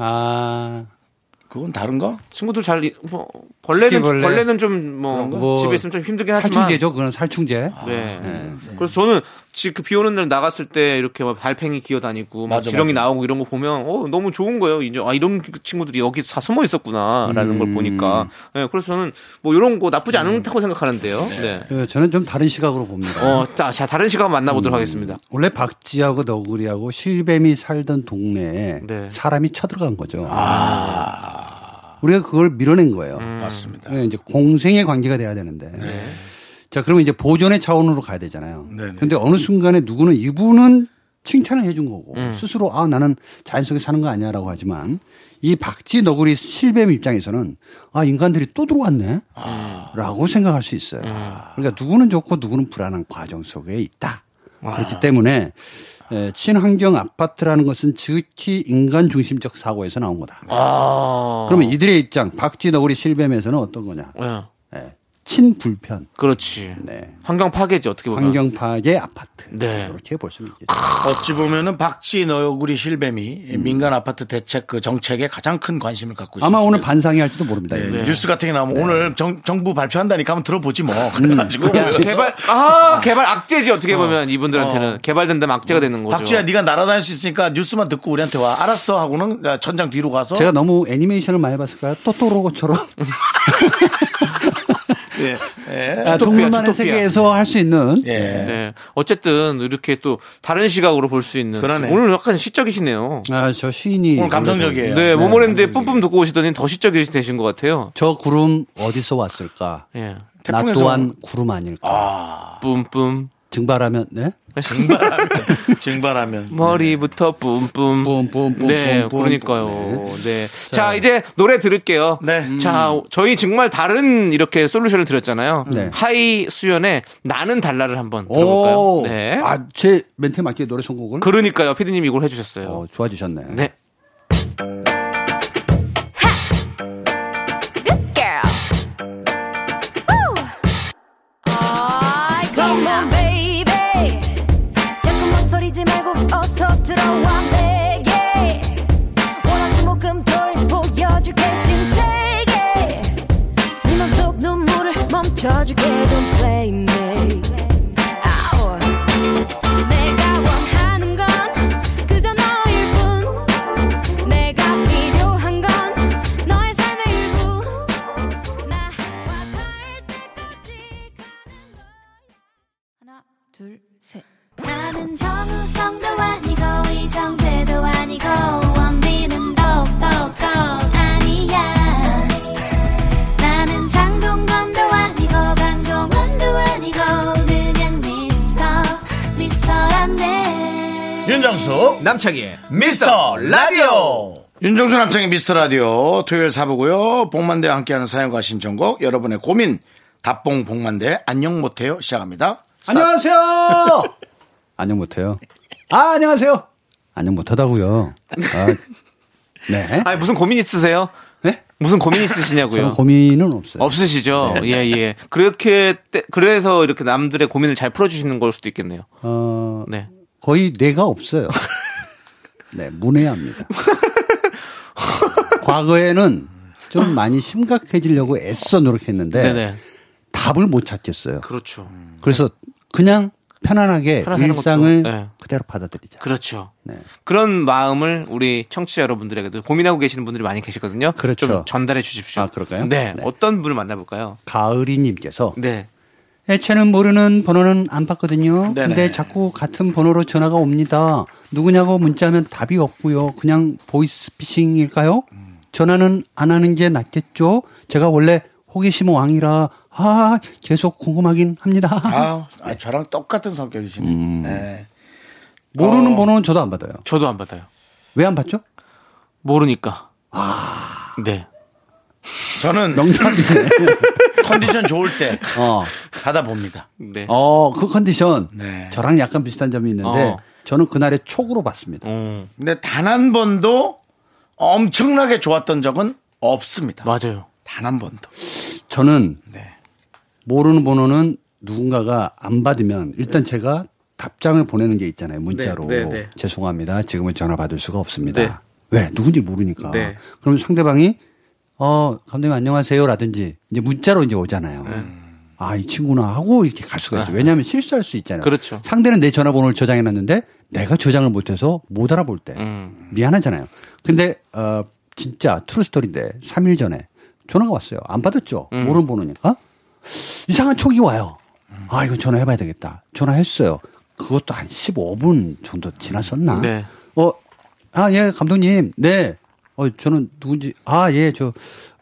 Speaker 9: 아,
Speaker 1: 그건 다른가?
Speaker 2: 친구들 잘 이- 뭐, 벌레는
Speaker 9: 벌레.
Speaker 2: 벌레는 좀 뭐
Speaker 9: 뭐
Speaker 2: 집에 있으면 좀 힘들긴 하지만
Speaker 9: 살충제죠. 그건 살충제.
Speaker 2: 네. 그래서 저는 지금 비 오는 날 나갔을 때 이렇게 막 달팽이 기어다니고 막
Speaker 1: 맞아,
Speaker 2: 지렁이
Speaker 1: 맞아.
Speaker 2: 나오고 이런 거 보면 어 너무 좋은 거예요. 이제 아 이런 친구들이 여기 다 숨어 있었구나라는 걸 보니까. 네, 그래서 저는 뭐 이런 거 나쁘지 않다고 생각하는데요. 네.
Speaker 9: 어, 저는 좀 다른 시각으로 봅니다.
Speaker 2: 어, 자, 자 다른 시간 만나보도록 하겠습니다.
Speaker 9: 원래 박쥐하고 너구리하고 실뱀이 살던 동네에
Speaker 2: 네.
Speaker 9: 사람이 쳐들어간 거죠. 우리가 그걸 밀어낸 거예요.
Speaker 2: 음.
Speaker 1: 맞습니다.
Speaker 9: 예, 이제 공생의 관계가 돼야 되는데. 자, 그러면 이제 보존의 차원으로 가야 되잖아요.
Speaker 1: 네. 네네.
Speaker 9: 근데 어느 순간에 누구는 이분은 칭찬을 해준 거고 스스로 아 나는 자연 속에 사는 거 아니야라고 하지만 이 박쥐 너구리 실뱀 입장에서는 아 인간들이 또
Speaker 1: 아.
Speaker 9: 들어왔네라고 생각할 수 있어요. 그러니까 누구는 좋고 누구는 불안한 과정 속에 있다. 그렇기 때문에 에, 친환경 아파트라는 것은 지극히 인간 중심적 사고에서 나온 거다.
Speaker 2: 아,
Speaker 9: 그러면 이들의 입장 박쥐 너구리 실뱀에서는 어떤 거냐?
Speaker 2: 예,
Speaker 9: 예, 친불편
Speaker 2: 그렇지.
Speaker 9: 네.
Speaker 2: 환경 파괴지 어떻게 보면.
Speaker 9: 환경 파괴 아파트
Speaker 2: 네.
Speaker 9: 이렇게 볼 수 있겠죠.
Speaker 1: 아, 어찌 보면은 박쥐 너구리 실뱀이
Speaker 2: 음.
Speaker 1: 민간 아파트 대책 그 정책에 가장 큰 관심을 갖고 있습니다. 네,
Speaker 9: 아마 오늘 반상이 할지도 모릅니다. 이거.
Speaker 1: 예, 뉴스 같은 게 나오면 오늘 정, 정부 발표한다니까 한번 들어보지 뭐. 그래가지고
Speaker 2: 개발 아 개발 악재지 어떻게 보면 이분들한테는 개발된다면 악재가 되는 거죠.
Speaker 1: 박쥐야 네가 날아다닐 수 있으니까 뉴스만 듣고 우리한테 와. 알았어 하고는 야, 천장 뒤로 가서
Speaker 9: 제가 너무 애니메이션을 많이 봤을까요? 토토로고처럼
Speaker 1: 예. 예.
Speaker 9: 아, 동물만의
Speaker 2: 주토피아.
Speaker 9: 세계에서 할 수 있는
Speaker 1: 예.
Speaker 2: 네. 어쨌든 이렇게 또 다른 시각으로 볼 수 있는
Speaker 1: 그러네.
Speaker 2: 오늘 약간 시적이시네요.
Speaker 9: 아, 저 시인이
Speaker 1: 오늘 감성적이에요.
Speaker 9: 예,
Speaker 2: 네, 모모랜드의 뿜뿜 듣고 오시더니 더 시적이 되신 것 같아요.
Speaker 9: 저 구름 어디서 왔을까?
Speaker 2: 예.
Speaker 9: 나
Speaker 1: 태풍에서
Speaker 9: 또한 구름 아닐까?
Speaker 2: 뿜뿜
Speaker 9: 증발하면 네?
Speaker 1: 증발하면 증발하면
Speaker 2: 머리부터 뿜뿜.
Speaker 9: 뿜뿜뿜.
Speaker 2: 네, 그러니까요. 네. 자, 이제 노래 들을게요.
Speaker 1: 네.
Speaker 2: 자, 저희 정말 다른 이렇게 솔루션을 드렸잖아요.
Speaker 9: 네.
Speaker 2: 하이 수연의 나는 달라를 한번
Speaker 9: 오,
Speaker 2: 들어볼까요? 네.
Speaker 9: 아, 제 멘트 맞게 노래 선곡을
Speaker 2: 그러니까요. 피디님 이걸 해주셨어요.
Speaker 9: 어, 좋아지셨네.
Speaker 2: 네.
Speaker 4: Come on, baby. 자꾸만 소리지 말고 어서 들어와, 내게. 월화수목금토를 보여줄게, 신세계. 네 맘속 눈물을 멈춰줄게, don't play me. 아우. 내가 원하는 건 그저 너일 뿐. 내가 필요한 건 너의 삶의 일부. 나와 닿을 때까지 가는 거야. 하나 둘 셋. 나는 정우성도 아니고 이정재도 아니고 원빈은 더욱더 아니야 나는 장동건도 아니고 강동원도 아니고 그냥 미스터 미스터란데
Speaker 8: 윤정수 남창희의 미스터 라디오
Speaker 1: 윤정수 남창의 미스터 라디오 토요일 사부고요. 복만대와 함께하는 사연과 신청곡 여러분의 고민 답봉 복만대 안녕 못해요 시작합니다.
Speaker 9: 안녕하세요. 안녕 못해요. 아 안녕하세요. 안녕 못하다고요. 아, 네.
Speaker 2: 아, 무슨 고민 있으세요?
Speaker 9: 네.
Speaker 2: 무슨 고민 있으시냐고요?
Speaker 9: 저는 어. 고민은 없어요.
Speaker 2: 없으시죠? 예, 예. 그렇게, 때- 그래서 이렇게 남들의 고민을 잘 풀어주시는 걸 수도 있겠네요.
Speaker 9: 어,
Speaker 2: 네.
Speaker 9: 거의 뇌가 없어요. 네, 문외합니다. 과거에는 좀 많이 심각해지려고 애써 노력했는데
Speaker 2: 네네.
Speaker 9: 답을 못 찾겠어요.
Speaker 2: 그렇죠.
Speaker 9: 그래서 그냥 편안하게
Speaker 2: 편하게 사는
Speaker 9: 일상을
Speaker 2: 것도, 네.
Speaker 9: 그대로 받아들이자.
Speaker 2: 그렇죠.
Speaker 9: 네.
Speaker 2: 그런 마음을 우리 청취자 여러분들에게도 고민하고 계시는 분들이 많이 계시거든요.
Speaker 9: 그렇죠.
Speaker 2: 좀 전달해 주십시오.
Speaker 9: 아, 그럴까요?
Speaker 2: 네.
Speaker 9: 네.
Speaker 2: 어떤 분을 만나볼까요?
Speaker 9: 가을이님께서
Speaker 2: 네.
Speaker 9: 애체는 모르는 번호는 안 받거든요.
Speaker 1: 네네.
Speaker 9: 근데 자꾸 같은 번호로 전화가 옵니다. 누구냐고 문자하면 답이 없고요. 그냥 보이스피싱일까요? 전화는 안 하는 게 낫겠죠? 제가 원래 호기심 왕이라 아 계속 궁금하긴 합니다.
Speaker 1: 아, 아, 저랑 똑같은 성격이시네. 네. 어.
Speaker 9: 모르는 번호는 저도 안 받아요.
Speaker 2: 저도 안 받아요.
Speaker 9: 왜 안 받죠?
Speaker 2: 모르니까. 아. 네.
Speaker 1: 저는
Speaker 9: 명답이네.
Speaker 1: 컨디션 좋을 때
Speaker 9: 어,
Speaker 1: 받아 봅니다.
Speaker 2: 네.
Speaker 9: 어, 그 컨디션
Speaker 1: 네.
Speaker 9: 저랑 약간 비슷한 점이 있는데
Speaker 2: 어.
Speaker 9: 저는 그날의 촉으로 봤습니다.
Speaker 2: 음,
Speaker 1: 근데 단 한 번도 엄청나게 좋았던 적은 없습니다.
Speaker 2: 맞아요.
Speaker 1: 단 한 번도.
Speaker 9: 저는
Speaker 1: 네.
Speaker 9: 모르는 번호는 누군가가 안 받으면 일단 제가 답장을 보내는 게 있잖아요. 문자로.
Speaker 2: 네, 네, 네.
Speaker 9: 죄송합니다. 지금은 전화 받을 수가 없습니다.
Speaker 2: 네.
Speaker 9: 왜? 누군지 모르니까.
Speaker 2: 네.
Speaker 9: 그럼 상대방이 어, 감독님 안녕하세요. 라든지 이제 문자로 이제 오잖아요.
Speaker 2: 네.
Speaker 9: 아, 이 친구나 하고 이렇게 갈 수가 있어요. 왜냐하면 실수할 수 있잖아요.
Speaker 2: 아. 그렇죠.
Speaker 9: 상대는 내 전화번호를 저장해 놨는데 내가 저장을 못해서 못 알아볼 때
Speaker 2: 음.
Speaker 9: 미안하잖아요. 근데 어, 진짜 트루스토리인데 3일 전에 전화가 왔어요. 안 받았죠.
Speaker 2: 음.
Speaker 9: 모르는 번호니까. 이상한 촉이 와요. 아, 이거 전화해봐야 되겠다. 전화했어요. 그것도 한 15분 정도 지났었나?
Speaker 2: 네.
Speaker 9: 어, 아, 예, 감독님. 네. 어, 저는 누군지, 아, 예, 저,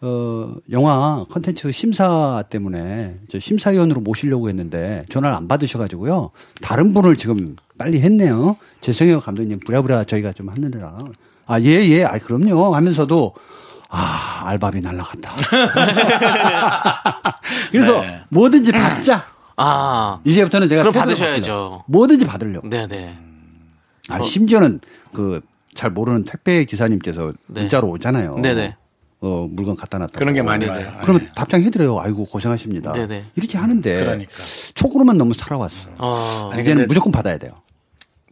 Speaker 9: 어, 영화 컨텐츠 심사 때문에 저 심사위원으로 모시려고 했는데 전화를 안 받으셔가지고요. 다른 분을 지금 빨리 했네요. 죄송해요, 감독님. 부랴부랴 저희가 좀 하느라. 아, 예, 예. 아, 그럼요. 하면서도 아, 알밥이 날라갔다. 그래서
Speaker 1: 네.
Speaker 9: 뭐든지 받자.
Speaker 2: 아.
Speaker 9: 이제부터는 제가
Speaker 2: 그럼
Speaker 9: 태도를
Speaker 2: 받으셔야죠. 뭐.
Speaker 9: 바꾸자. 뭐든지 받으려고.
Speaker 2: 네네.
Speaker 9: 아, 심지어는 그 잘 모르는 택배 기사님께서
Speaker 2: 네.
Speaker 9: 문자로 오잖아요.
Speaker 2: 네네.
Speaker 9: 어, 물건 갖다 놨다.
Speaker 1: 그런 게 많이
Speaker 2: 네,
Speaker 1: 와요. 아, 예.
Speaker 9: 그러면 답장해드려요. 아이고, 고생하십니다.
Speaker 2: 네네.
Speaker 9: 이렇게 하는데.
Speaker 1: 그러니까.
Speaker 9: 촉으로만 너무 살아왔어요.
Speaker 2: 어.
Speaker 1: 아니,
Speaker 9: 이제는
Speaker 1: 근데-
Speaker 9: 무조건 받아야 돼요.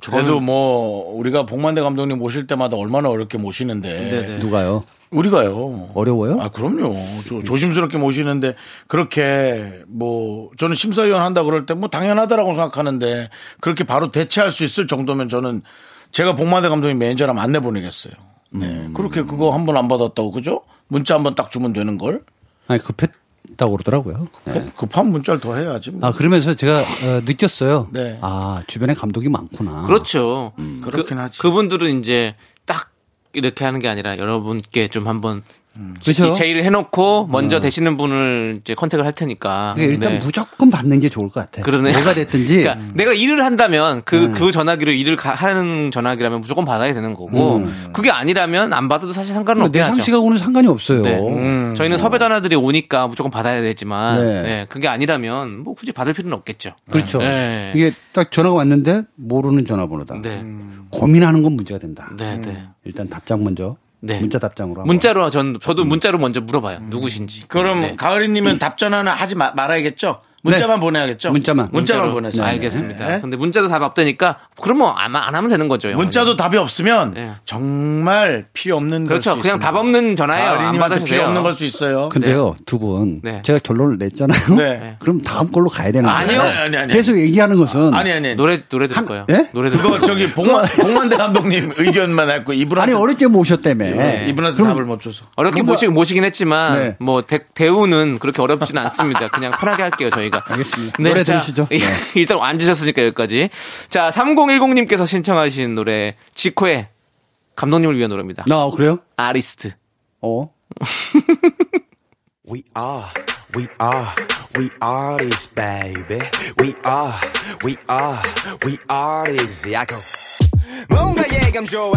Speaker 1: 그래도 뭐 우리가 복만대 감독님 모실 때마다 얼마나 어렵게 모시는데
Speaker 2: 네네. 네.
Speaker 9: 누가요?
Speaker 1: 우리가요.
Speaker 9: 어려워요?
Speaker 1: 아 그럼요. 조, 조심스럽게 모시는데 그렇게 뭐 저는 심사위원 한다 그럴 때 뭐 당연하다라고 생각하는데 그렇게 바로 대체할 수 있을 정도면 저는 제가 복만대 감독님 매니저라면 안내 보내겠어요. 네. 그렇게 그거 한 번 안 받았다고 그죠? 문자 한 번 딱 주면 되는 걸
Speaker 9: 아니, 급했다고 그러더라고요. 네.
Speaker 1: 급한 문자를 더 해야지. 뭐.
Speaker 9: 아, 그러면서 제가 어, 느꼈어요.
Speaker 1: 네.
Speaker 9: 아, 주변에 감독이 많구나.
Speaker 2: 그렇죠.
Speaker 9: 음.
Speaker 1: 그렇긴 하지.
Speaker 2: 그분들은 이제 딱 이렇게 하는 게 아니라 여러분께 좀 한번 이
Speaker 9: 그렇죠.
Speaker 2: 제의를 해놓고 먼저 되시는 분을 이제 컨택을 할
Speaker 9: 음.
Speaker 2: 테니까.
Speaker 9: 그러니까 일단 음.
Speaker 2: 네.
Speaker 9: 무조건 받는 게 좋을 것 같아.
Speaker 2: 그러네.
Speaker 9: 뭐가 됐든지
Speaker 2: 그러니까 내가 일을 한다면 그
Speaker 9: 음.
Speaker 2: 그 전화기로 일을 가- 하는 전화기라면 무조건 받아야 되는 거고 그게 아니라면 안 받아도 사실 상관은
Speaker 9: 음. 내
Speaker 2: 없긴 하죠.
Speaker 9: 상식하고는 상관이 없어요. 음.
Speaker 2: 네. 저희는 섭외 전화들이 오니까 무조건 받아야 되지만
Speaker 9: 네.
Speaker 2: 네, 그게 아니라면 뭐 굳이 받을 필요는 없겠죠.
Speaker 9: 그렇죠.
Speaker 2: 네.
Speaker 9: 이게 음. 딱 전화가 왔는데 모르는 전화번호다.
Speaker 2: 네.
Speaker 9: 고민하는 건 문제가 된다. 음.
Speaker 2: 네, 네.
Speaker 9: 일단 답장 먼저.
Speaker 2: 네.
Speaker 9: 문자 답장으로. 하고.
Speaker 2: 문자로 전 저도 문자로 먼저 물어봐요.
Speaker 9: 음.
Speaker 2: 누구신지.
Speaker 1: 그럼
Speaker 2: 네.
Speaker 1: 가을이님은 답전화는 하지 마, 말아야겠죠? 문자만 보내야겠죠?
Speaker 9: 문자만.
Speaker 1: 문자만
Speaker 2: 문자로.
Speaker 1: 보내세요.
Speaker 2: 알겠습니다.
Speaker 1: 네.
Speaker 2: 근데 문자도 답 없다니까 그러면 안, 안 하면 되는 거죠. 영원히.
Speaker 1: 문자도 답이 없으면
Speaker 2: 네.
Speaker 1: 정말 필요 없는
Speaker 2: 그렇죠.
Speaker 1: 걸수
Speaker 2: 그냥
Speaker 1: 있습니다.
Speaker 2: 답 없는 전화예요. 안
Speaker 1: 가을이님한테
Speaker 2: 받으셔도
Speaker 1: 필요
Speaker 2: 돼요. 그-
Speaker 1: 없는 걸 수 있어요.
Speaker 9: 근데요 두 분
Speaker 2: 네.
Speaker 9: 제가 결론을 냈잖아요.
Speaker 1: 네.
Speaker 9: 그럼 다음 걸로 가야 되는 거예요.
Speaker 2: 아니요.
Speaker 1: 아니, 아니, 아니.
Speaker 9: 계속 얘기하는 것은
Speaker 1: 아니, 아니. 아니.
Speaker 2: 네, 노래 노래 들을 거예요.
Speaker 9: 예?
Speaker 2: 노래 들을
Speaker 1: 그거
Speaker 2: 거예요.
Speaker 1: 저기 봉만, 봉만대 감독님 의견만 했고 이분한테
Speaker 9: 아니 어렵게 모셨다며.
Speaker 1: 이분한테
Speaker 9: 그럼
Speaker 1: 답을 못 줘서.
Speaker 2: 어렵게
Speaker 9: 뭔가-
Speaker 2: 모시긴, 모시긴 했지만
Speaker 9: 네.
Speaker 2: 뭐 대, 대우는 그렇게 어렵진 않습니다. 그냥 편하게 할게요 저희가.
Speaker 9: 알겠습니다. 노래
Speaker 2: 자,
Speaker 9: 들으시죠.
Speaker 2: 예,
Speaker 9: 네.
Speaker 2: 일단 앉으셨으니까 여기까지. 자 3010님께서 신청하신 노래 지코의 감독님을 위한 노래입니다.
Speaker 9: 나 아, 그래요?
Speaker 2: 아리스트.
Speaker 9: 어.
Speaker 3: We are, we are, we are this baby. We are, we are, we are this. I go. 뭔가 예감 좋아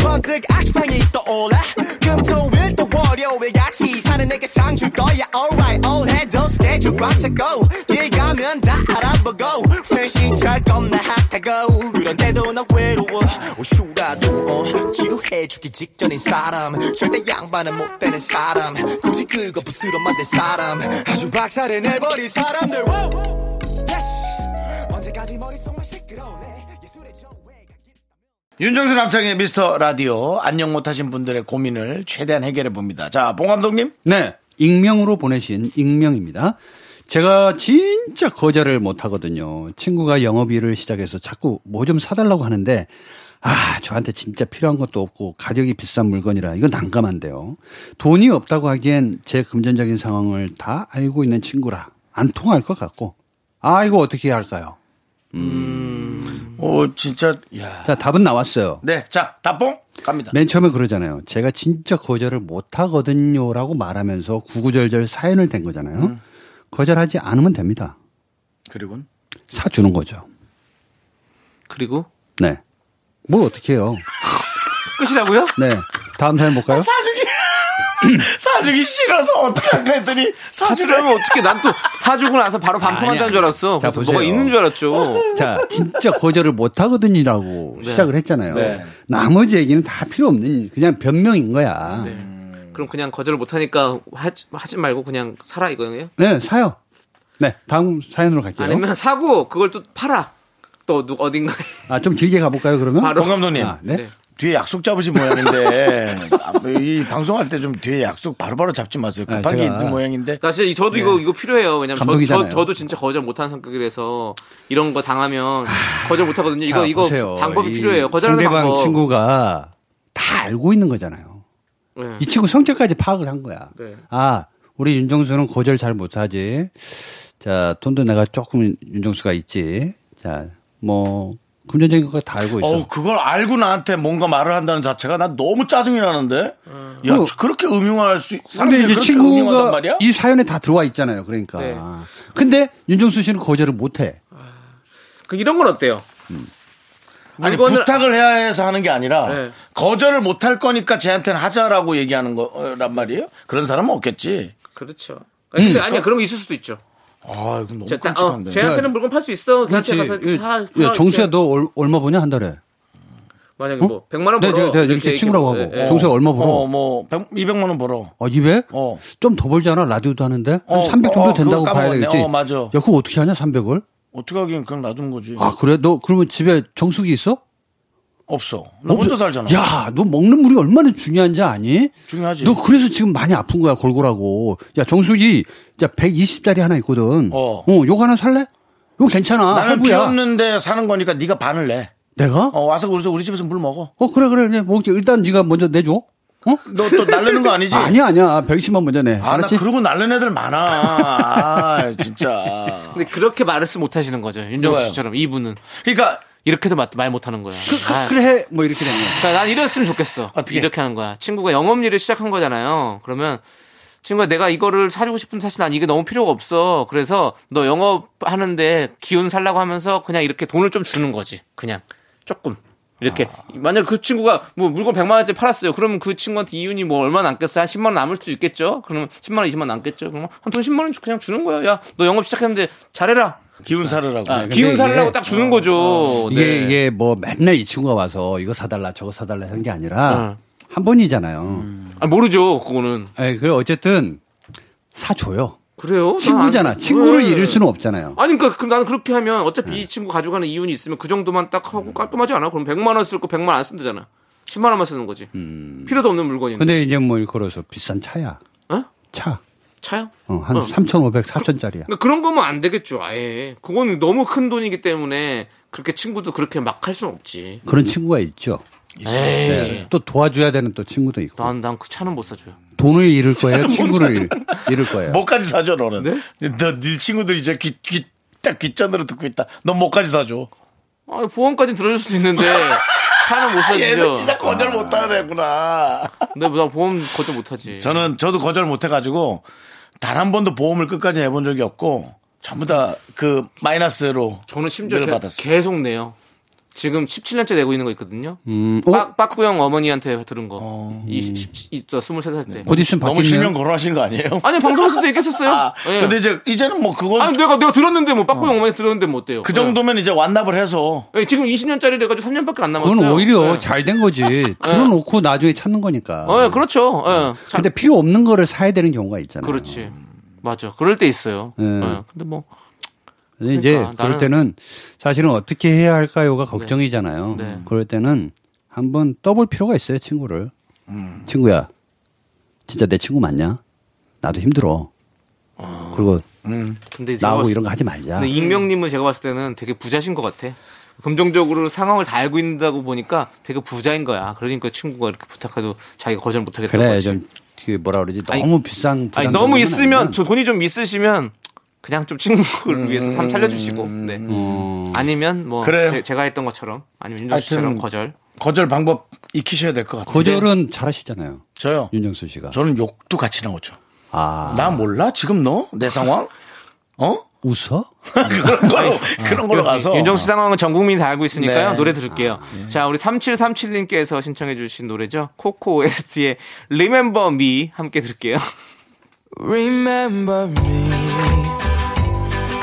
Speaker 3: 번뜩 악상이 떠올라 금토일 또 월요일 약시 사는 내게 상 줄 거야 alright 올해도 스케줄 꽉 찼고 길 가면 다 알아보고 회식할 겁나 핫하고 그런데도 나 외로워 오슈라도 어, 지루해지기 직전인 사람 절대 양반은 못 되는 사람 굳이 그거 부스러 만든 사람 아주 박살을 내버린 사람들 wow. Yes. 언제까지 머릿속만 시끄러울래 예술의 조회가
Speaker 1: 윤정수 남창의 미스터 라디오 안녕 못하신 분들의 고민을 최대한 해결해 봅니다. 자, 봉 감독님.
Speaker 9: 네. 익명으로 보내신 익명입니다. 제가 진짜 거절을 못 하거든요. 친구가 영업일을 시작해서 자꾸 뭐 좀 사달라고 하는데 아, 저한테 진짜 필요한 것도 없고 가격이 비싼 물건이라 이건 난감한데요. 돈이 없다고 하기엔 제 금전적인 상황을 다 알고 있는 친구라 안 통할 것 같고 아, 이거 어떻게 해야 할까요?
Speaker 1: 오, 진짜 야.
Speaker 9: 자, 답은 나왔어요.
Speaker 1: 네, 자, 답봉 갑니다.
Speaker 9: 맨 처음에 그러잖아요. 제가 진짜 거절을 못 하거든요라고 말하면서 구구절절 사연을 댄 거잖아요.
Speaker 2: 음.
Speaker 9: 거절하지 않으면 됩니다.
Speaker 1: 그리고
Speaker 9: 사주는 거죠.
Speaker 2: 그리고
Speaker 9: 네. 뭘 어떻게 해요?
Speaker 2: 끝이라고요?
Speaker 9: 네. 다음 사연 볼까요?
Speaker 1: 사주기 사주기 싫어서 어떻게 할까 했더니 사주를
Speaker 2: 사주라면 어떻게 난 또 사주고 나서 바로 반품한다는 줄 알았어.
Speaker 9: 자,
Speaker 2: 그래서 뭐가
Speaker 9: 보세요. 음.
Speaker 2: 있는 줄 알았죠.
Speaker 9: 자, 진짜 거절을 못 하거든요라고
Speaker 2: 네.
Speaker 9: 시작을 했잖아요. 나머지 얘기는 다 필요 없는 그냥 변명인 거야. 네,
Speaker 2: 그럼 그냥 거절을 못 하니까 하지, 하지 말고 그냥 사라 이거예요?
Speaker 9: 사요. 네, 다음 사연으로 갈게요.
Speaker 2: 아니면 사고 그걸 또 팔아. 또 누, 어딘가에
Speaker 9: 아, 좀 길게 가볼까요, 그러면?
Speaker 2: 바로.
Speaker 1: 봉 감독님.
Speaker 9: 아, 네.
Speaker 2: 네.
Speaker 1: 뒤에 약속 잡으신 모양인데 아, 이 방송할 때 좀 뒤에 약속 바로바로 잡지 마세요.
Speaker 9: 아,
Speaker 1: 급한 게
Speaker 9: 제가-
Speaker 1: 있는 모양인데
Speaker 2: 나 진짜 이- 저도 이거 이거 필요해요. 왜냐면 저,
Speaker 9: 예. 감독이잖아요.
Speaker 2: 저 저도 진짜 거절 못하는 성격이라서 이런 거 당하면 거절 못 하거든요. 이거
Speaker 9: 아, 자,
Speaker 2: 이거
Speaker 9: 보세요.
Speaker 2: 방법이
Speaker 9: 이
Speaker 2: 필요해요. 거절하는
Speaker 9: 상대방
Speaker 2: 방법.
Speaker 9: 친구가 다 알고 있는 거잖아요.
Speaker 2: 네.
Speaker 9: 이 친구 성격까지 파악을 한 거야.
Speaker 2: 네.
Speaker 9: 아, 우리 윤정수는 거절 잘 못하지. 자, 돈도 내가 조금 윤정수가 있지. 자, 뭐, 금전적인 거 다 알고 있어.
Speaker 1: 어 그걸 알고 나한테 뭔가 말을 한다는 자체가 나 너무 짜증이 나는데
Speaker 2: 음.
Speaker 1: 야
Speaker 9: 어.
Speaker 1: 그렇게 음흉할 수
Speaker 9: 근데
Speaker 1: 사람들이
Speaker 9: 이제
Speaker 1: 그렇게 음흉한단
Speaker 9: 친구가
Speaker 1: 말이야?
Speaker 9: 이 사연에 다 들어와 있잖아요. 그러니까.
Speaker 2: 네.
Speaker 9: 근데 윤정수 씨는 거절을 못 해.
Speaker 1: 아,
Speaker 2: 그 이런 건 어때요?
Speaker 1: 아니
Speaker 2: 물건을-
Speaker 1: 부탁을 해야 해서 하는 게 아니라
Speaker 2: 네.
Speaker 1: 거절을 못 할 거니까 쟤한테는 하자라고 얘기하는 거란 말이에요. 그런 사람은 없겠지.
Speaker 2: 그렇죠.
Speaker 9: 음.
Speaker 2: 아니, 아니야 그런 거 있을 수도 있죠.
Speaker 9: 어,
Speaker 1: 아 이건 너무
Speaker 2: 제, 딱, 어,
Speaker 1: 끔찍한데.
Speaker 2: 쟤한테는 물건 팔 수 있어. 걔한테
Speaker 9: 네. 그렇지.
Speaker 2: 가서
Speaker 9: 예,
Speaker 2: 다,
Speaker 9: 예,
Speaker 2: 다
Speaker 9: 정수야,
Speaker 2: 이렇게.
Speaker 9: 너 얼- 얼마 버냐? 한 달에.
Speaker 2: 만약에 뭐 100만 원
Speaker 9: 네,
Speaker 2: 벌어.
Speaker 9: 제가, 제가 이렇게 친구라고 하고.
Speaker 2: 얘기해. 예, 예.
Speaker 9: 정수야, 얼마 벌어?
Speaker 1: 어, 뭐 100, 200만 원 벌어.
Speaker 9: 아, 200?
Speaker 1: 어.
Speaker 9: 좀 더 벌잖아. 라디오도 하는데.
Speaker 1: 어,
Speaker 9: 한300
Speaker 1: 어,
Speaker 9: 정도
Speaker 1: 그거
Speaker 9: 된다고 봐야
Speaker 1: 까먹었네.
Speaker 9: 되겠지.
Speaker 1: 어, 맞아.
Speaker 9: 야, 그거 어떻게 하냐? 300을?
Speaker 1: 어떻게 하긴 그냥 놔둔 거지.
Speaker 9: 아, 그래? 너 그러면 집에 정수기 있어?
Speaker 1: 없어. 나 혼자 살잖아.
Speaker 9: 야, 너 먹는 물이 얼마나 중요한지 아니?
Speaker 1: 중요하지.
Speaker 9: 너 그래서 지금 많이 아픈 거야, 골골하고. 야, 정수기, 야, 120짜리 하나 있거든.
Speaker 1: 어.
Speaker 9: 요거 하나 살래? 요거 괜찮아.
Speaker 1: 나는
Speaker 9: 허브야.
Speaker 1: 비 없는데 사는 거니까 네가 반을 내.
Speaker 9: 내가? 어.
Speaker 1: 어, 와서 우리, 우리 집에서 물 먹어.
Speaker 9: 그래, 그래. 그래. 뭐, 일단 네가 먼저 내줘. 어?
Speaker 1: 너 또 날르는 거 아니지?
Speaker 9: 아니야, 아니야. 120만 먼저 내.
Speaker 1: 아, 나
Speaker 9: 알았지?
Speaker 1: 그러고 날른 애들 많아. 아, 진짜.
Speaker 2: 근데 그렇게 말을 못 하시는 거죠.
Speaker 1: 누가요?
Speaker 2: 윤정수 씨처럼 이분은.
Speaker 1: 그러니까
Speaker 2: 이렇게도 마- 말 못하는 거야. 아,
Speaker 9: 그래 뭐 이렇게 되면
Speaker 2: 그러니까 난 이랬으면 좋겠어.
Speaker 9: 어떻게?
Speaker 2: 이렇게 하는 거야. 친구가 영업일을 시작한 거잖아요. 그러면 친구가 내가 이거를 사주고 싶은데 사실 난 이게 너무 필요가 없어. 그래서 너 영업하는데 기운 살라고 하면서 그냥 이렇게 돈을 좀 주는 거지. 그냥 조금. 이렇게
Speaker 1: 아.
Speaker 2: 만약 그 친구가 뭐 물건 100만 원짜리 팔았어요. 그러면 그 친구한테 이윤이 뭐 얼마 남겠어요? 한 10만 원 남을 수 있겠죠. 그러면 10만 원, 20만 원 남겠죠. 그러면 한돈 10만 원 그냥 주는 거야. 야, 너 영업 시작했는데 잘해라.
Speaker 1: 기운 사르라고. 어.
Speaker 2: 아, 기운 살라고 딱 주는 거죠.
Speaker 9: 이게
Speaker 1: 예,
Speaker 2: 네.
Speaker 9: 이게 뭐 맨날 이 친구가 와서 이거 사달라 저거 사달라 한 게 아니라 한 번이잖아요.
Speaker 1: 음.
Speaker 2: 아, 모르죠 그거는.
Speaker 9: 예, 그래 어쨌든 사줘요.
Speaker 2: 그래요? 난
Speaker 9: 친구잖아.
Speaker 2: 안-
Speaker 9: 친구를
Speaker 2: 네.
Speaker 9: 잃을 수는 없잖아요. 네.
Speaker 2: 아니, 그니까, 그, 나는 그렇게 하면 어차피 이 친구 가져가는 이윤이 있으면 그 정도만 딱 하고 깔끔하지 않아? 그럼 100만원 쓸 거 100만원 안 쓰면 되잖아. 10만원만 쓰는 거지. 필요도 없는
Speaker 9: 음.
Speaker 2: 물건인데.
Speaker 9: 근데 이제 뭐 걸어서 비싼 차야.
Speaker 2: 어?
Speaker 9: 차.
Speaker 2: 차요?
Speaker 9: 어, 한
Speaker 2: 어.
Speaker 9: 3,500, 4,000짜리야.
Speaker 2: 그런 거면 안 되겠죠, 아예. 그건 너무 큰 돈이기 때문에 그렇게 친구도 그렇게 막 할 수는 없지.
Speaker 9: 그런 친구가 있죠.
Speaker 1: 네.
Speaker 2: 에이.
Speaker 9: 또 도와줘야 되는 또 친구도 있고.
Speaker 2: 난, 난 그 차는 못 사줘요.
Speaker 9: 돈을 잃을 거예요,
Speaker 2: 뭐
Speaker 9: 친구를 잃- 잃을 거예요.
Speaker 1: 뭐까지 사줘 너는? 너네 친구들이 이제 귀, 귀, 딱 귓잔으로 듣고 있다. 넌 뭐까지 사줘?
Speaker 2: 아, 보험까지 들어줄 수도 있는데, 차는 못 사주죠.
Speaker 1: 아, 얘는 진짜 거절 못하네구나.
Speaker 2: 근데 나 보험 거절 못하지.
Speaker 1: 저는 저도 거절 못해가지고 단 한 번도 보험을 끝까지 해본 적이 없고 전부 다 그 마이너스로
Speaker 2: 저는 심지어
Speaker 1: 늘
Speaker 2: 계-
Speaker 1: 받았어요.
Speaker 2: 계속 내요. 지금 17년째 내고 있는 거 있거든요.
Speaker 9: 음, 어?
Speaker 2: 빡, 빡구형 어머니한테 들은 거. 이, 10, 23살 때.
Speaker 9: 포지션
Speaker 1: 너무
Speaker 9: 바뀌면
Speaker 1: 실명 거론하신 거 아니에요? 네.
Speaker 2: 아니, 방송에서도 얘기했었어요. 예.
Speaker 1: 근데 이제 이제는 뭐 그건
Speaker 2: 아니, 내가, 내가 들었는데 뭐, 빡구형 어. 머니 들었는데 뭐 어때요?
Speaker 1: 그 정도면 이제 완납을 해서
Speaker 2: 예. 예, 지금 20년짜리 돼가지고 3년밖에 안 남았어요.
Speaker 9: 그건 오히려
Speaker 2: 예.
Speaker 9: 잘 된 거지. 들어놓고 나중에 찾는 거니까.
Speaker 2: 어, 예, 그렇죠. 예. 자,
Speaker 9: 근데 필요 없는 거를 사야 되는 경우가 있잖아요.
Speaker 2: 그렇지. 맞아. 그럴 때 있어요.
Speaker 9: 예.
Speaker 2: 예. 근데 뭐,
Speaker 9: 근데 이제
Speaker 2: 그러니까
Speaker 9: 그럴
Speaker 2: 나는-
Speaker 9: 때는 사실은 어떻게 해야 할까요가 걱정이잖아요.
Speaker 2: 네.
Speaker 9: 그럴 때는 한번 떠볼 필요가 있어요, 친구를. 친구야, 진짜 내 친구 맞냐? 나도 힘들어. 그리고
Speaker 2: 근데 제가
Speaker 9: 나하고
Speaker 2: 봤을-
Speaker 9: 이런 거 하지 말자.
Speaker 2: 근데 익명님은 제가 봤을 때는 되게 부자신 것 같아. 금전적으로 상황을 다 알고 있다고 보니까 되게 부자인 거야. 그러니까 친구가 이렇게 부탁해도 자기가 거절 못하겠다는
Speaker 9: 그래,
Speaker 2: 거지.
Speaker 9: 좀, 그게 뭐라 그러지?
Speaker 2: 아니,
Speaker 9: 너무 비싼
Speaker 2: 아니,
Speaker 9: 부담.
Speaker 2: 너무
Speaker 9: 음.
Speaker 2: 있으면 저 돈이 좀 있으시면 그냥 좀 친구를 위해서 삶 살려주시고 네. 아니면 뭐
Speaker 1: 그래요.
Speaker 2: 제, 가 했던 것처럼 아니면 윤정수 씨처럼
Speaker 1: 하여튼
Speaker 2: 거절
Speaker 1: 거절 방법 익히셔야 될 것 같아요.
Speaker 9: 거절은 잘하시잖아요.
Speaker 1: 저요.
Speaker 9: 윤정수 씨가.
Speaker 1: 저는 욕도 같이 나오죠.
Speaker 9: 아,
Speaker 1: 나 몰라? 지금 너? 내 상황? 어?
Speaker 9: 웃어?
Speaker 1: 그런 걸로, 그런 걸로 가서.
Speaker 2: 아. 윤정수 상황은 전 국민이 다 알고 있으니까요
Speaker 1: 네.
Speaker 2: 노래 들을게요 자 우리 3737님께서 신청해 주신 노래죠 코코 OST의 Remember Me 함께 들을게요
Speaker 5: Remember me,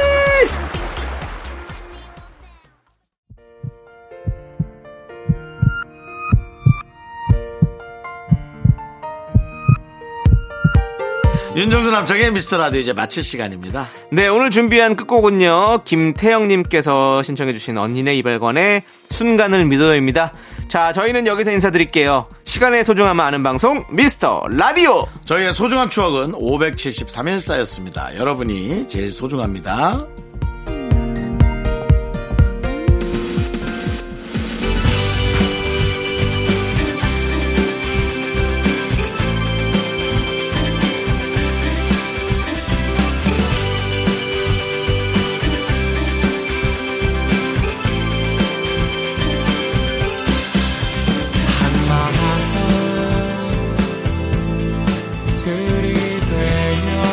Speaker 1: 윤정수 남창의 미스터 라디오 이제 마칠 시간입니다.
Speaker 2: 네, 오늘 준비한 끝곡은요. 김태영님께서 신청해주신 언니네 이발관의 순간을 믿어요입니다. 자, 저희는 여기서 인사드릴게요. 시간의 소중함을 아는 방송, 미스터 라디오!
Speaker 1: 저희의 소중한 추억은 573일 쌓였습니다. 여러분이 제일 소중합니다.
Speaker 5: 들이 되어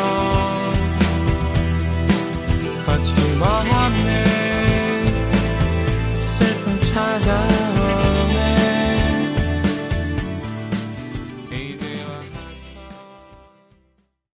Speaker 5: 거침없는